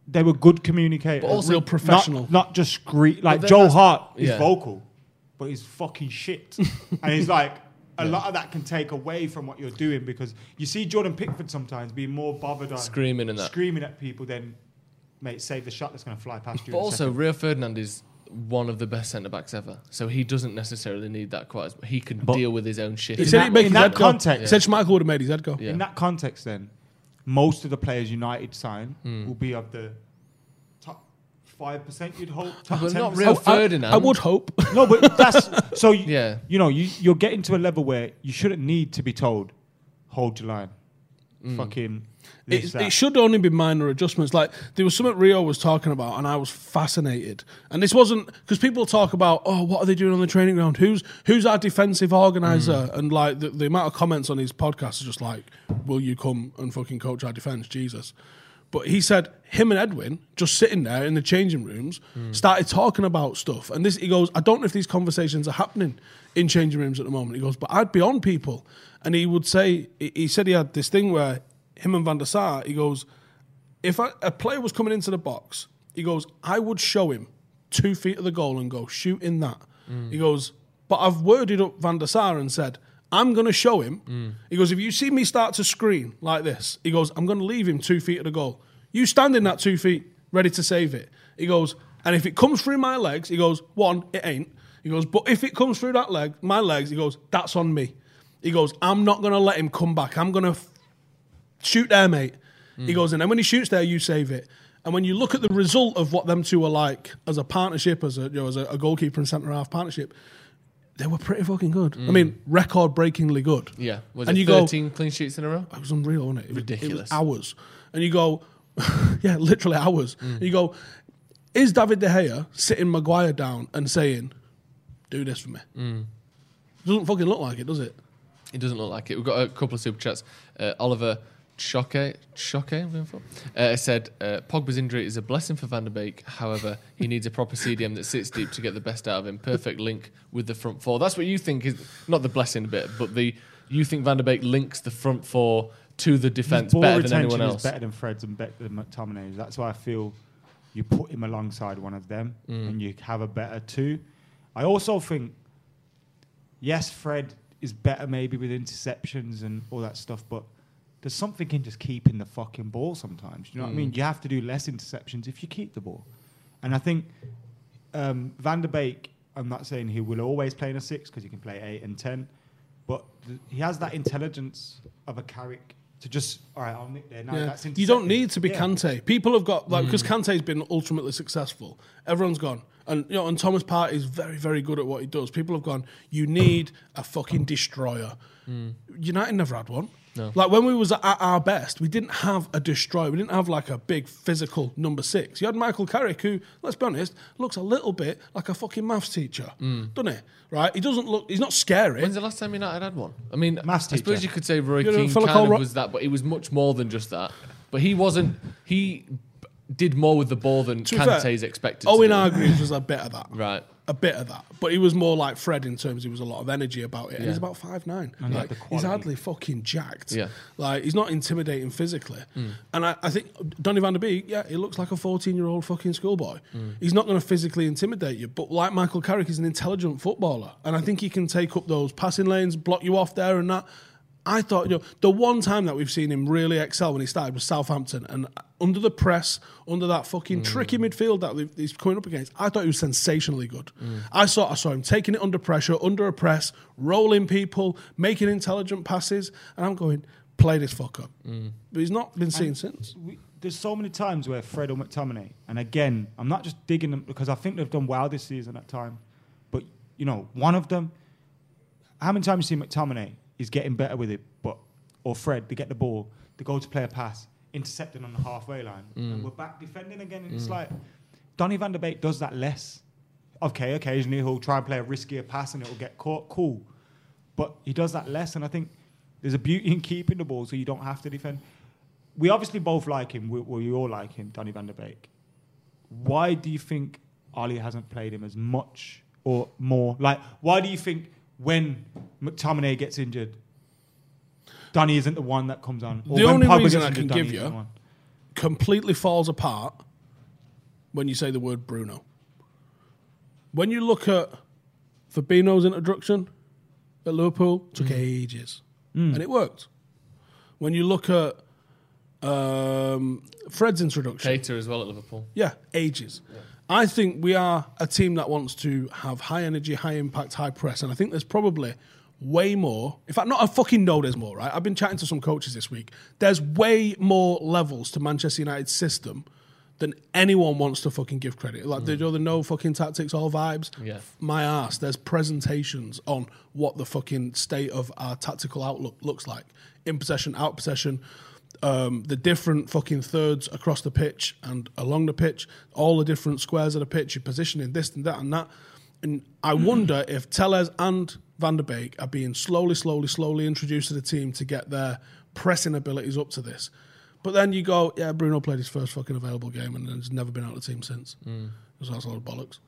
they were good communicators.
But also-
real
Not-
professional.
Not, not just scree Like
then
Joel
that's-
Hart is
yeah.
vocal, but he's fucking shit. and he's like, a lot of that can take away from what you're doing because you see Jordan Pickford sometimes being more bothered on
Screaming and that.
screaming at people than, mate, save the shot that's going to fly past you.
But
in a
also,
second.
Rio Ferdinand is one of the best centre backs ever, so he doesn't necessarily need that quite as much. He can deal with his own shit.
He said
that-
he'd make his
in that
head go.
context-
He said Schmeichel would have made his head go.
Yeah.
in that context, then most of the players United sign
Hmm.
will be of the top five percent. You'd hope. Top
But not
10%.
Rio
Oh, I-
Ferdinand.
I would hope.
No, but that's so. You,
Yeah.
you know, you you're getting to a level where you shouldn't need to be told, hold your line,
Mm.
fucking. This,
It,
that.
it should only be minor adjustments. Like there was something Rio was talking about, and I was fascinated. And this wasn't because people talk about, oh, what are they doing on the training ground? Who's who's our defensive organizer? And like the, the amount of comments on his podcast is just like, will you come and fucking coach our defense, Jesus? But he said him and Edwin just sitting there in the changing rooms started talking about stuff. And this he goes, I don't know if these conversations are happening in changing rooms at the moment. He goes, but I'd be on people, and he would say, he he said he had this thing where him and Van der Sar, he goes, if a, a player was coming into the box, he goes, I would show him two feet of the goal and go, shoot in that. He goes, but I've worded up Van der Sar and said, I'm going to show him. He goes, if you see me start to screen like this, he goes, I'm going to leave him two feet of the goal. You stand in that two feet, ready to save it. He goes, and if it comes through my legs, he goes, one, it ain't. He goes, but if it comes through that leg, my legs, he goes, that's on me. He goes, I'm not going to let him come back. I'm going to shoot there, mate. He goes, and then when he shoots there, you save it. And when you look at the result of what them two are like as a partnership, as a you know, as a, a goalkeeper and centre half partnership, they were pretty fucking good. I mean, record breakingly good.
Mm. yeah. Was
and
it
you go-
13 clean sheets in a row?
It was unreal, wasn't it? It was- it was
Ridiculous.
hours. And you go, yeah, literally hours.
Mm.
And you go, is David De Gea sitting Maguire down and saying, do this for me?
Mm.
Doesn't fucking look like it, does it?
It doesn't look like it. We've got a couple of super chats. Uh, Oliver Choquet, Choquet, I'm going for, uh, said uh, Pogba's injury is a blessing for Van der Beek. However, he needs a proper CDM that sits deep to get the best out of him. Perfect link with the front four. That's what you think is not the blessing bit, but the you think Van der Beek links the front four to the defense
Ball
better than
retention
anyone
is
else.
better than Fred's and better than McTominay's. That's why I feel you put him alongside one of them
Mm.
and you have a better two. I also think, yes, Fred is better maybe with interceptions and all that stuff, but there's something in just keeping the fucking ball sometimes. You know what I
Mm.
mean? You have to do less interceptions if you keep the ball. And I think um, Van der Beek, I'm not saying he will always play in a six because he can play eight and ten, but th- he has that intelligence of a Carrick to just all right. I'll nick there now.
Yeah.
That's
you don't
intercepted."
need to be
Yeah.
Kante. People have got like
Hmm.
because Kante's been ultimately successful. Everyone's gone, and you know, and Thomas Partey is very, very good at what he does. People have gone. You need a fucking destroyer.
Hmm.
United never had one. Like when we was at our best, we didn't have a destroyer. We didn't have like a big physical number six. You had Michael Carrick, who, let's be honest, looks a little bit like a fucking maths teacher, doesn't he? Right? He doesn't look. He's not scary.
Hmm. When's the last time United had one? I mean,
Maths
I suppose
teacher.
you could say Roy
You know,
Keane
fella
kind
called
of
Ro-
was that, but he was much more than just that. But he wasn't. He b- did more with the ball than
To be fair,
Kante's expected. to
Owen
do.
Hargreaves was a bit of that.
Right.
A bit of that. But he was more like Fred in terms he was a lot of energy about it. And he's
Yeah.
about five nine.
And like
Like,
the
he's
quality.
hardly fucking jacked.
Yeah.
Like he's not intimidating physically. And I, I think Donny van der Beek, yeah, he looks like a 14 year old fucking schoolboy. He's not going to physically intimidate you. But like Michael Carrick, he's an intelligent footballer. And I think he can take up those passing lanes, block you off there and that. I thought, you know, the one time that we've seen him really excel when he started was Southampton, and under the press, under that fucking tricky midfield that they- he's coming up against, I thought he was sensationally good. I saw, I saw him taking it under pressure, under a press, rolling people, making intelligent passes, and I'm going, play this fucker. But he's not been seen since.
we, there's so many times where Fred or McTominay, and again, I'm not just digging them because I think they've done well this season at time, but you know, one of them. How many times you see McTominay is getting better with it, but or Fred, they get the ball, they go to play a pass, intercepting on the halfway line, and we're back defending again. And it's like Donny van der Beek does that less. Okay, occasionally he'll try and play a riskier pass and it'll get caught. Cool. But he does that less, and I think there's a beauty in keeping the ball so you don't have to defend. We obviously both like him. We, we all like him, Donny van der Beek why do you think Ali hasn't played him as much or more? Like, why do you think when McTominay gets injured, Danny isn't the one that comes on? Or
The
when
only
Pogba gets
reason I
injured,
can
Danny
give
isn't
you-
the one?
completely falls apart when you say the word Bruno. When you look at Fabinho's introduction at Liverpool, took ages, and it worked. When you look at um, Fred's introduction,
Cater as well at Liverpool.
yeah, ages. I think we are a team that wants to have high energy, high impact, high press, and I think there's probably way more. In fact, not I fucking know there's more. Right? I've been chatting to some coaches this week. There's way more levels to Manchester United's system than anyone wants to fucking give credit. Like they do the no fucking tactics, all vibes.
Yeah.
My ass. There's presentations on what the fucking state of our tactical outlook looks like in possession, out possession um, the different fucking thirds across the pitch and along the pitch, all the different squares of the pitch, your positioning, this and that and that. And I wonder if Tellez and Van der Beek are being slowly, slowly, slowly introduced to the team to get their pressing abilities up to this. But then you go, yeah, Bruno played his first fucking available game and has never been out of the team since. So that's a lot of bollocks.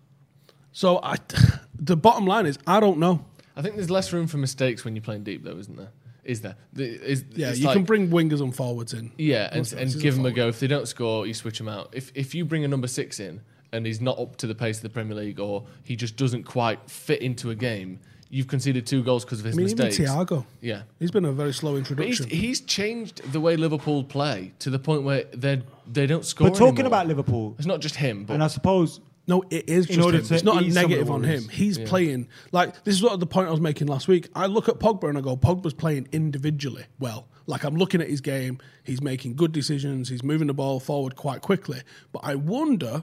So I, the bottom line is, I don't know.
I think there's less room for mistakes when you're playing deep, though, isn't there? Is there? The- Is,
Yeah,
it's
you
like-
can bring wingers and forwards in.
Yeah, and,
Most of us
and
is
give
a
him a
forward.
go. If they don't score, you switch him out. If if you bring a number six in and he's not up to the pace of the Premier League or he just doesn't quite fit into a game, you've conceded two goals because of
I
his
mean,
mistakes.
even Thiago.
Yeah.
He's been a very slow
But he's,
introduction.
he's changed the way Liverpool play to the point where they they don't score.
We're talking
anymore.
about Liverpool,
It's not just him, but
and I suppose
No, it is
In
just
order
him.
to
It's not a
ease some of the
negative on
worries.
him. He's playing like this is what the point I was making last week. I look at Pogba and I go, Pogba's playing individually well. Like I'm looking at his game, he's making good decisions, he's moving the ball forward quite quickly. But I wonder,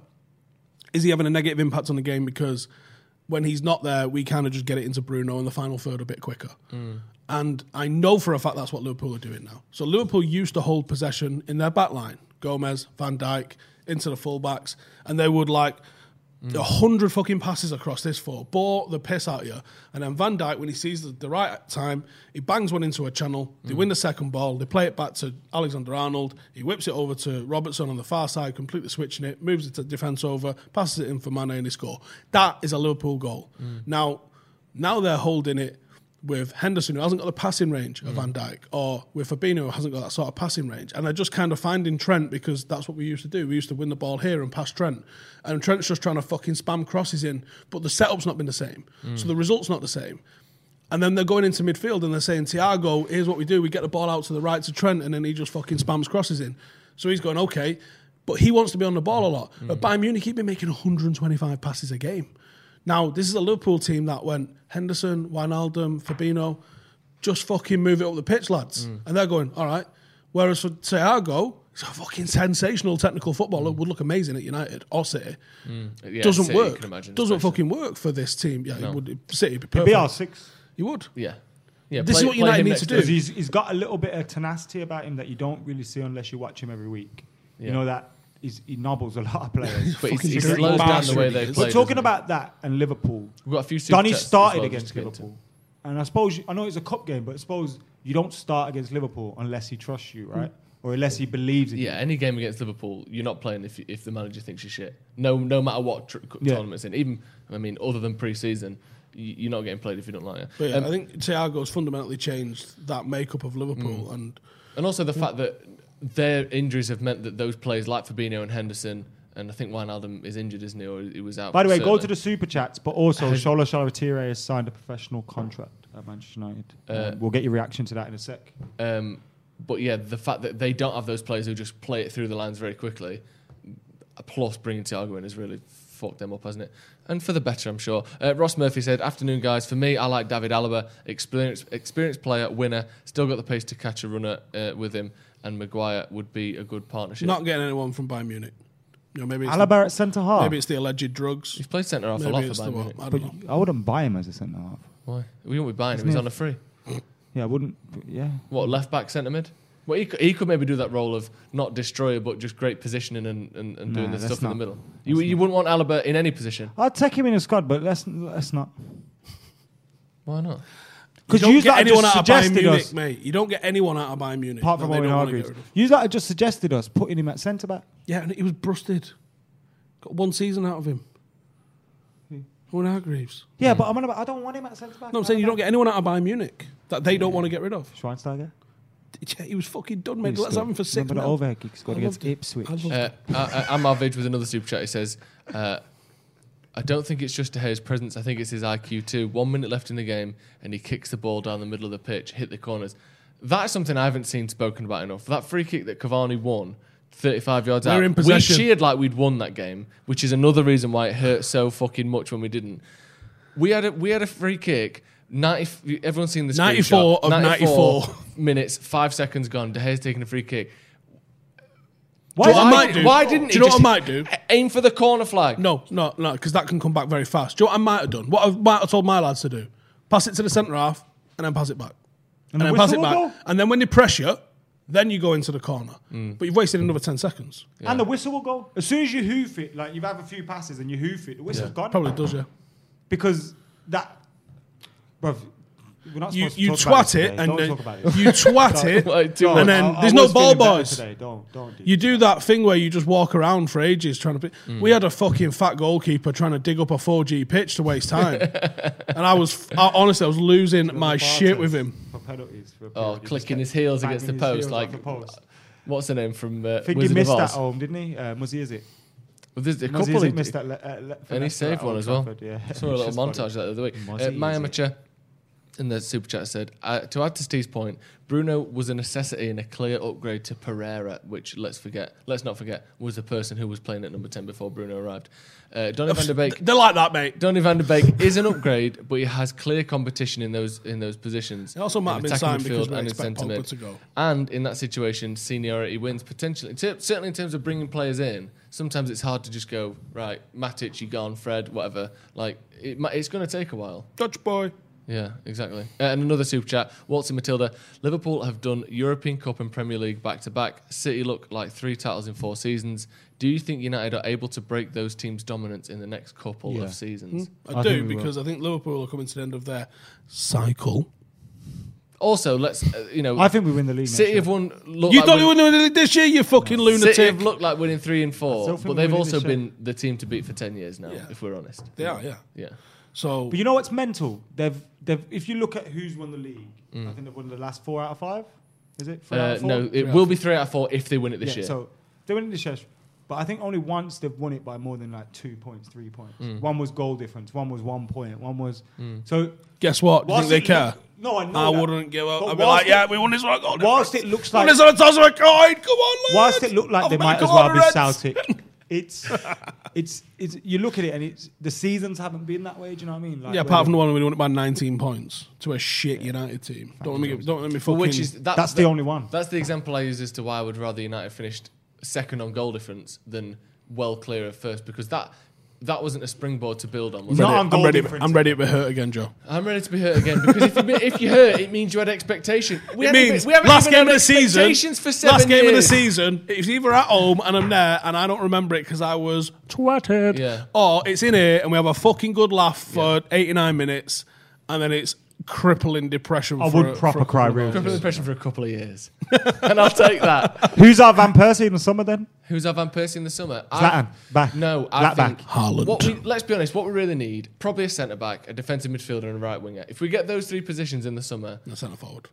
is he having a negative impact on the game because when he's not there, we kind of just get it into Bruno and the final third a bit quicker. And I know for a fact that's what Liverpool are doing now. So Liverpool used to hold possession in their back line. Gomez, Van Dijk, into the fullbacks, and they would like a hundred fucking passes across this four, bore the piss out of you. And then Van Dijk, when he sees the, the right time, he bangs one into a channel. They win the second ball. They play it back to Alexander Arnold. He whips it over to Robertson on the far side, completely switching it, moves it to defence over, passes it in for Mane, and they score. That is a Liverpool goal. Now, now they're holding it with Henderson, who hasn't got the passing range of Van Dijk, or with Fabinho, who hasn't got that sort of passing range. And they're just kind of finding Trent because that's what we used to do. We used to win the ball here and pass Trent. And Trent's just trying to fucking spam crosses in, but the setup's not been the same. So the result's not the same. And then they're going into midfield and they're saying, Tiago, here's what we do. We get the ball out to the right to Trent, and then he just fucking spams crosses in. So he's going, okay. But he wants to be on the ball a lot.
Mm.
But Bayern Munich, he'd been making 125 passes a game. Now, this is a Liverpool team that went Henderson, Wijnaldum, Fabinho, just fucking move it up the pitch, lads.
Mm.
And they're going, all right. Whereas for Thiago, it's a fucking sensational technical footballer, would look amazing at United or City.
Mm. yeah,
doesn't
City, you
work.
can imagine,
doesn't
especially.
fucking work for this team. Yeah, it would. City would be
it'd be
perfect.
our six.
You would.
Yeah, yeah.
This is what
him
United need
next
to do.
Because he's, he's got a little bit of tenacity about him that you don't really see unless you watch him every week.
Yeah.
You know that he's, he nobbles a lot of players.
But he's-
Fucking
he
dirty
slows down the
bastard
way
he
they
is.
play.
We're
doesn't
talking
he?
about that and Liverpool.
We've got a few. super
Donny
chats as
started
well, just
against
to get into.
Liverpool. And I suppose, I know it's a cup game, but I suppose you don't start against Liverpool unless he trusts you, right?
Hmm.
Or unless he believes in you.
Yeah, any game against Liverpool, you're not playing if, if the manager thinks you're shit. No, no matter what tr-
Yeah.
tournament's in. Even I mean, other than pre-season, y- you're not getting played if you don't like it.
But yeah,
Um,
I think Thiago's fundamentally changed that makeup of Liverpool,
Mm.
and
and also the fact that their injuries have meant that those players like Fabinho and Henderson, and I think Wijnaldum is injured, isn't he, or he was out.
By the way, go
certainly.
to the super chats, but also Shola Shalatire has signed a professional contract at Manchester United.
Uh,
Um, we'll get your reaction to that in a sec.
Um, but yeah, the fact that they don't have those players who just play it through the lines very quickly, plus bringing Thiago in has really fucked them up, hasn't it? And for the better, I'm sure. Uh, Ross Murphy said, "Afternoon, guys. For me, I like David Alaba, experienced experienced player, winner. Still got the pace to catch a runner uh, with him, and Maguire would be a good partnership.
not getting anyone from Bayern Munich. You know, maybe it's
Alaba at centre
The,
half.
maybe it's the alleged drugs.
He's played centre half a
Maybe
lot for
it's the
Bayern
what?
Munich.
I
But
don't know.
I wouldn't buy him as a centre half.
Why? We won't be buying him. He's on a free.
Yeah, I wouldn't. but Yeah,
What left back, centre mid? Well, he could, he could maybe do that role of not destroyer, but just great positioning and, and, and doing the
Nah, that's
stuff in
not-
the middle. You, you wouldn't want Alaba in any position.
I'd take him in a squad, but let's let's not.
Why not?
You
Because
don't
you
get
that
anyone
just
out of Bayern
suggested
Munich,
us.
mate. You don't get anyone out of Bayern Munich.
Apart from
that they
Owen
don't want to get
Hargreaves,
rid of.
you that just suggested us putting him at centre back.
Yeah, and he was brusted. Got one season out of him. Owen Hargreaves.
Yeah, but I'm on about. I don't want him at centre back.
No, I'm saying you don't get anyone out of Bayern Munich that they don't want to get rid of.
Schweinsteiger.
Yeah, he was fucking done, mate. Let's have him for six.
Remember the
mil.
overhead kick he scored
I
against
loved it.
Ipswich.
I loved
Uh, uh, Amavid with another super chat. He says, uh, "I don't think it's just De Gea's presence. I think it's his IQ too. One minute left in the game, and he kicks the ball down the middle of the pitch, hit the corners. That's something I haven't seen spoken about enough. That free kick that Cavani won." 35 yards
They're
out.
in possession.
We cheered like we'd won that game, which is another reason why it hurt so fucking much when we didn't. We had a we had a free kick. Ninety. Everyone's seen the
94
screenshot.
of 94.
minutes. Five seconds gone. De Gea's taking a free kick.
Do you know
Why,
what I might do?
why didn't
Do
he
you know what
just
I might do?
Aim for the corner flag.
No, no, no, because that can come back very fast. Do you know what I might have done? What I might have told my lads to do? Pass it to the centre half and then pass it back. And,
the
then pass it
whistle
back.
will go.
And then when they pressure, then you go into the corner.
Mm.
But you've wasted another 10 seconds.
And the whistle will go as soon as you hoof it. Like you have a few passes and you hoof it, the whistle's gone.
Probably does, yeah.
because that, bruv, we're not
You,
supposed
you
to talk about
twat it
today.
and
Don't
then
talk about it.
you twat it
Like, do
and
it.
then
I- I
there's no
was
ball
feeling better
boys.
today. Don't don't do.
You do that thing where you just walk around for ages trying to. Pick.
Mm.
We had a fucking fat goalkeeper trying to dig up a 4G pitch to waste time, and I was I, honestly I was losing my shit with him.
For penalties, for a
Oh,
period, you
clicking
just
his heels
banging
against the
his
post,
heels
like
off the post.
what's the name from uh,
I think
Wizard
he missed
of
that
Oz?
home, didn't he? Uh, Muzzy, is it?
Well, there's a
Muzzy,
couple
is
he
it missed
did.
that. Le- uh, le- for
and he
Leicester at
saved one
Old
as well.
Trafford, Yeah,
Saw a
It's
little
just
montage
funny.
that the other week.
Muzzy,
Uh, my
is it?
amateur in the super chat said uh, to add to Steve's point, Bruno was a necessity and a clear upgrade to Pereira, which let's forget, let's not forget, was the person who was playing at number ten before Bruno arrived. Uh, Donny van der Beek
They're like that, mate.
Donny van de Beek is an upgrade, but he has clear competition in those in those positions.
It also might have
in
been
attacking
signed because
midfield
we
and in
expect
centre
Pogba
mid.
to go.
And in that situation, seniority wins potentially. Cer- Certainly in terms of bringing players in, sometimes it's hard to just go right. Matic, you gone, Fred, whatever. Like it, mi- it's going to take a while.
Dutch boy.
Yeah, exactly. Uh, and another super chat. Waltz and Matilda. Liverpool have done European Cup and Premier League back to back. City look like three titles in four seasons. Do you think United are able to break those teams' dominance in the next couple
Yeah.
of seasons?
I,
I
do
think we will.
because I think Liverpool are coming to the end of their cycle.
Also, let's uh, you know,
I think we win the league. next
City
year.
have won. Look
You
like
thought you
win-
were doing it this year, you fucking lunatic.
City have looked like winning three and
I
four,
still think
but
we
they've
win
also
this year.
been the team to beat for ten years now.
Yeah.
If we're honest,
they are, yeah.
yeah.
So
But you know what's mental? They've they've. If you look at who's won the league, I think they've won the last four out of five. Is it? Three out
Mm. Uh,
of four?
no, it
out
will
of
be three out of four if they win it this
yeah,
year.
So they win it this year, but I think only once they've won it by more than like two points, three points.
Mm.
One was goal difference. One was one point. One was so.
guess what? Do you think
whilst
they
it
care?
look- no, I know.
I
that.
wouldn't give up.
But
I'd be
whilst
like, yeah,
it-
we won this one. goal
whilst
difference.
it looks
Won
like-
this on a toss of a coin. Come on,
whilst
lads.
it looked like
I've
they
made
might as
goal
well be
already.
Celtic, it's it's it's you look at it and it's the seasons haven't been that way. Do you know what I mean? Like
Yeah,
where-
apart from the one where we won it by 19 points to a shit United team. Don't let me get, don't let me
But
fucking.
which is that,
that's the
that-
only one.
That's the example I use as to why I would rather United finished second on goal difference than well clear of first because that that wasn't a springboard to build on.
I'm
Was
No.
it?
ready-
on goal
I'm ready.
difference.
I'm ready to be hurt again, Joe.
I'm ready to be hurt again because if you, be- if you hurt, it means you had expectation. We
It
haven't
means
even- we haven't
last
even
game of
had
the season.
expectations for seven
last game of the
years.
season. It's either at home and I'm there and I don't remember it because I was twatted,
Yeah.
or it's in here and we have a fucking good laugh for 89 minutes and then it's crippling depression.
I
for
would
a-
proper
for a
cry
couple of
real.
Proper impression for a couple of years, and I'll take that.
Who's our Van Persie in the summer then?
Who's our Van Persie in the summer? I-
Zlatan, back.
No, I
Zlat
think
back.
Haaland.
What we, let's be honest. What we really need probably a centre back, a defensive midfielder, and a right winger. If we get those three positions in the summer,
No, centre forward.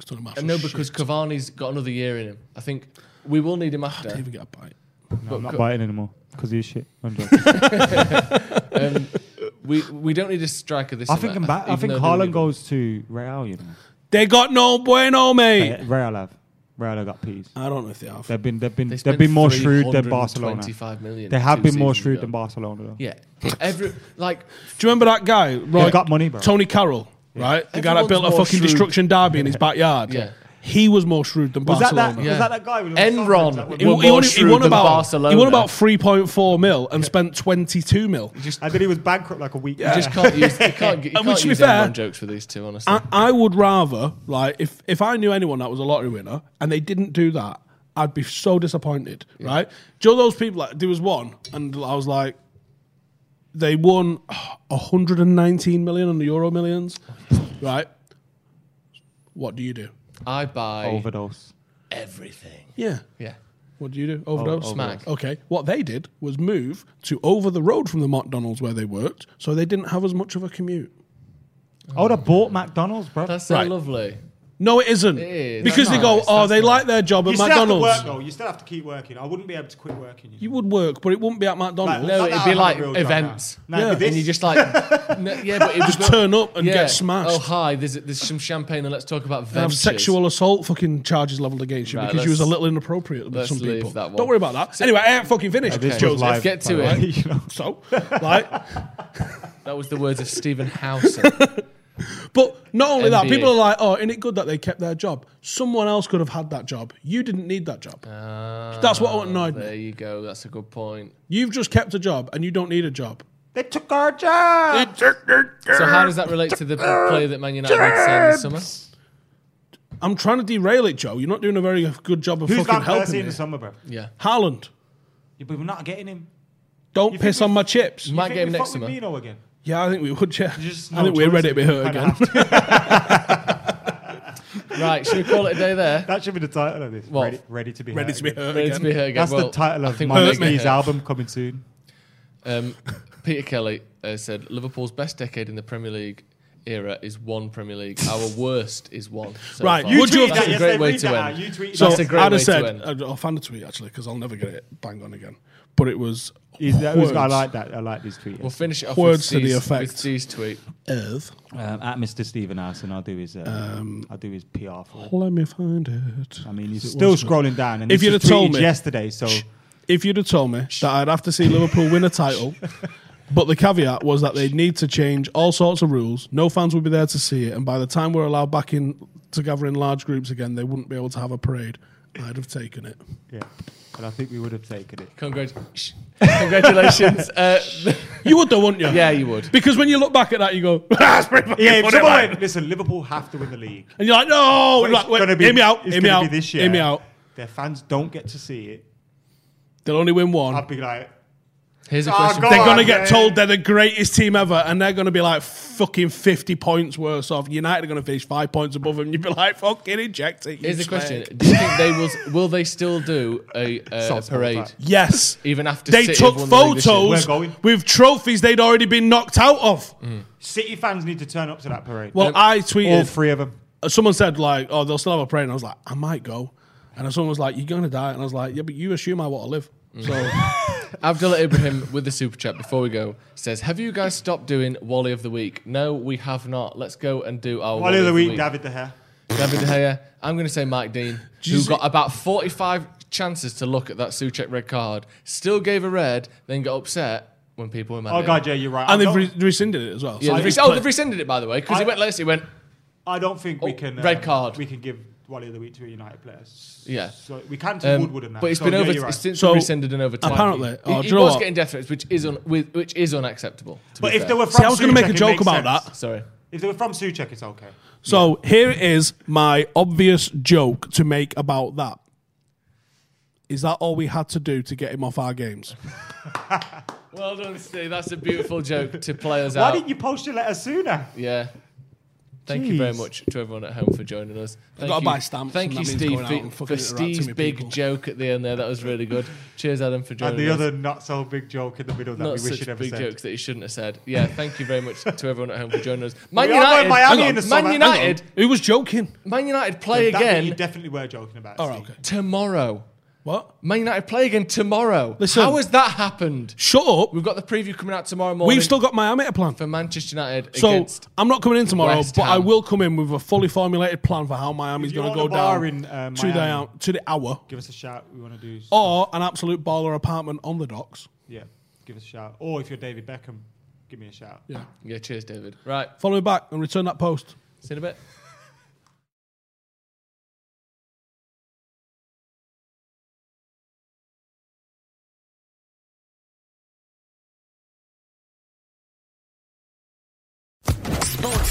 It's not a
I
matter.
know
of Oh, shit.
because Cavani's got another year in him. I think we will need him
I didn't
after.
even get a bite.
No, I'm
co-
not biting anymore because he's shit. I'm joking.
We we don't need a striker this
I
summer.
think I'm back. I
even
think
though we really
Haaland
do.
goes to Real. You know, Eh,
They got no bueno, mate.
Real have Real have got peas.
I don't know if they have.
They've been they've been
They
they've
spent
been more shrewd than
325
Barcelona.
million
They have
two
been more
seasons
shrewd
ago.
than Barcelona. Though.
Yeah, every like
Do you remember that guy? Right,
got money, bro.
Tony Carroll, right? The guy that
Everyone's
built a
more
fucking
shrewd.
destruction derby in his backyard.
Yeah.
He was more shrewd than
Was that
Barcelona.
that, was
Yeah.
that that guy? with the
Enron.
sovereigns
He,
that
Were
won- he
more
won, he
shrewd
won
than
about
Barcelona.
he won about three point four mil and spent twenty two mil.
I think he was bankrupt like a week.
You just can't use, you can't, you
And we
can't
should be
use
fair. Uh,
Enron jokes for these two, honestly.
I, I would rather like if if I knew anyone that was a lottery winner and they didn't do that, I'd be so disappointed, right? Do you know those people? Like, there was one, and I was like, they won 119 million on the Euro Millions, right? What do you do?
I buy
Oh,
overdose.
Oh everything.
Yeah.
Yeah. Oh,
What do you do? Overdose?
Smack.
Okay. What they did was move to over the road from the McDonald's where they worked, so they didn't have as much of a commute.
I would have bought McDonald's, bro.
That's so
Right.
lovely.
No, it isn't.
is.
Because
That's
they go,
nice.
oh,
That's
they
nice.
like their job
You
at
still
McDonald's.
have to work though. You still have to keep working. I wouldn't be able to quit working. You
You would work, but it wouldn't be at McDonald's.
No,
Like
it'd
that,
be
I'd have a
like
real job
events.
now. No, it'd be
And you
this.
just like, no, yeah, but it was
Just turn up and
Yeah.
get smashed.
Oh hi, there's there's some champagne and let's talk about
And have
ventures.
sexual assault fucking charges leveled against you
Right,
because you was a
let's-
little inappropriate with
let's
some
leave
people.
that one.
Don't worry about that. anyway, I ain't fucking finished,
This was
Joseph.
live,
get to
by the
it.
way, you know.
So, like,
That was the words of Stephen Houser.
but not only that,
NBA.
people are like, oh, isn't it good that they kept their job? Someone else could have had that job. You didn't need that job.
Ah,
That's what annoyed me.
There you go. That's a good point.
You've just kept a job and you don't need a job.
They took our job.
So how does that relate to the player that Man United made sign this summer?
I'm trying to derail it, Joe. You're not doing a very good job of
Who's
fucking
that person
helping
in
me.
the summer, bro?
Yeah.
Haaland,
Yeah, but we're not getting him.
don't
think
piss
we-
on my chips.
Might
Think
get him
we
next
fuck with
summer.
Mino again.
Yeah, I think we would, yeah.
Just
I think
no
we're
choice.
ready to be hurt
Kinda
again.
have to.
Right, should we call it a day there?
That should be the title of this.
What?
Ready, ready to be.
Ready
hurt
to be
again.
hurt
Ready
again.
to be here again.
That's
Well,
the title
I
of
think we'll
my
make it
Lee's
here.
album coming soon.
Um, Peter Kelly uh, said Liverpool's best decade in the Premier League era is one Premier League. Our worst is one. so
Right,
far.
you Would tweeted you have-
tweeted
That's a
that
great
yesterday,
way
read
to
that out.
end.
You tweeted
So
That's a great
I'd have
way to
said,
end.
I'd- I'll find a tweet actually because I'll never get it bang on again. But it was
Is that-
words
uh, I like that. I like this tweet.
We'll finish it off
Words to
with
the
Steve's-
effect.
with Steve's tweet.
Earth.
Um, at Mr. Stephen Harrison, I'll do his. Uh,
Um,
I'll do his PR for. It.
Let me find it.
I mean, he's
It
still
was-
scrolling down, and
If
if
you'd
you'd
have told me-
yesterday, so
If you'd have told me that I'd have to see Liverpool win a title, but the caveat was that they'd need to change all sorts of rules. No fans would be there to see it, and by the time we're allowed back in to gather in large groups again, they wouldn't be able to have a parade. I'd have taken it.
yeah, and I think we would have taken it.
Congrat- Congratulations. Uh,
You would though, wouldn't you?
yeah, you would.
Because when you look back at that, you go, "That's pretty fucking
Yeah, if
funny,
someone
mate."
went, listen, Liverpool have to win the league.
And you're like, no,
But
like, Oh, wait,
gonna
hear me out,
it's
hear me
gonna
out,
be this year.
hear me out.
Their fans don't get to see it.
They'll only win one.
I'd be like,
Here's a
Oh,
question.
God.
they're gonna get
Oh, man.
told they're the greatest team ever, and they're gonna be like fucking fifty points worse off. United are gonna finish five points above them. You'd be like, fucking eject it. you
Here's the
slag.
question. Do you think they will? Will they still do a, uh, a
Sounds
parade?
like
Yes,
Even after
they
City
took
have won the league this year.
photos
We're going.
with trophies they'd already been knocked out of.
Mm-hmm.
City fans need to turn up to that parade.
Well, I
all
tweeted.
three of them.
someone said like, "Oh, they'll still have a parade," and I was like, "I might go." And then someone was like, "You're gonna die," and I was like, "Yeah, but you assume I want to live." So
Abdullah Ibrahim with the super chat before we go says, "Have you guys stopped doing Wally of the Week? No, we have not. Let's go and do our
One of the week, David De Gea.
David De Gea. I'm going to say Mike Dean, who got about 45 chances to look at that Suchek red card, still gave a red, then got upset when people were mad.
Oh
at him.
god, yeah, you're right.
and
I
they've
don't,
re- rescinded it as well. So
Yeah,
I
they've
think
res- oh,
it's
they've rescinded it by the way because he
I-
went. Let's. He went.
I don't think we
Oh,
can. um,
red card.
We can give Wally of the week to a United player. S-
Yeah.
So we can to
Um,
Woodward and that.
but it's
so,
been
Oh, yeah,
over.
you're right.
It's since
So,
rescinded and overturned.
apparently-
he,
oh, do
he
you know
was
what?
getting death threats, which is un, with, which is unacceptable. to
But
be
if
fair.
they were from
See, I was gonna
Suchek,
make a
it
joke
makes
about
sense.
that.
sorry,
If they were from Suchek, it's okay.
So here is my obvious joke to make about that. Is that all we had to do to get him off our games?
well done, Steve. That's a beautiful joke to play us
Why
out.
didn't you post your letter sooner?
Uh, Yeah. Thank you very
Jeez.
much to everyone at home for joining us. Thank
gotta
you.
buy stamps,
Thank
and
you,
that means
Steve,
going out
for,
and
for
fucking interacting
Steve's
with
big
people.
joke at the end there. That was really good. Cheers, Adam, for joining
And the
us.
other not so big joke in the middle that
Not
we wish
such
you'd ever
big
said.
jokes that he shouldn't have said. Yeah, thank you very much to everyone at home for joining us. Man
We are
United,
going Miami
hang on,
in the summer.
Man
Hang on.
United,
He was joking.
Man United play
That bit you
again
definitely were joking about.
All right,
Steve.
okay.
tomorrow.
What?
Man United play again tomorrow.
Listen.
How has that happened?
Shut up.
We've got the preview coming out tomorrow morning.
We've still got Miami to plan.
for Manchester United
So
against
I'm not coming in tomorrow,
West
but I
Ham.
will come in with a fully formulated plan for how Miami's
If you
going to go
want a bar
down
in, uh,
to, the,
Miami.
hour- to the hour,
Give us a shout. We want to do.
Oh.
or an absolute baller apartment on the docks.
Yeah. Give us a shout. Or if you're David Beckham, give me a shout.
Yeah.
Yeah, cheers, David. Right,
Follow me back and return that post.
see you in a bit.
Sports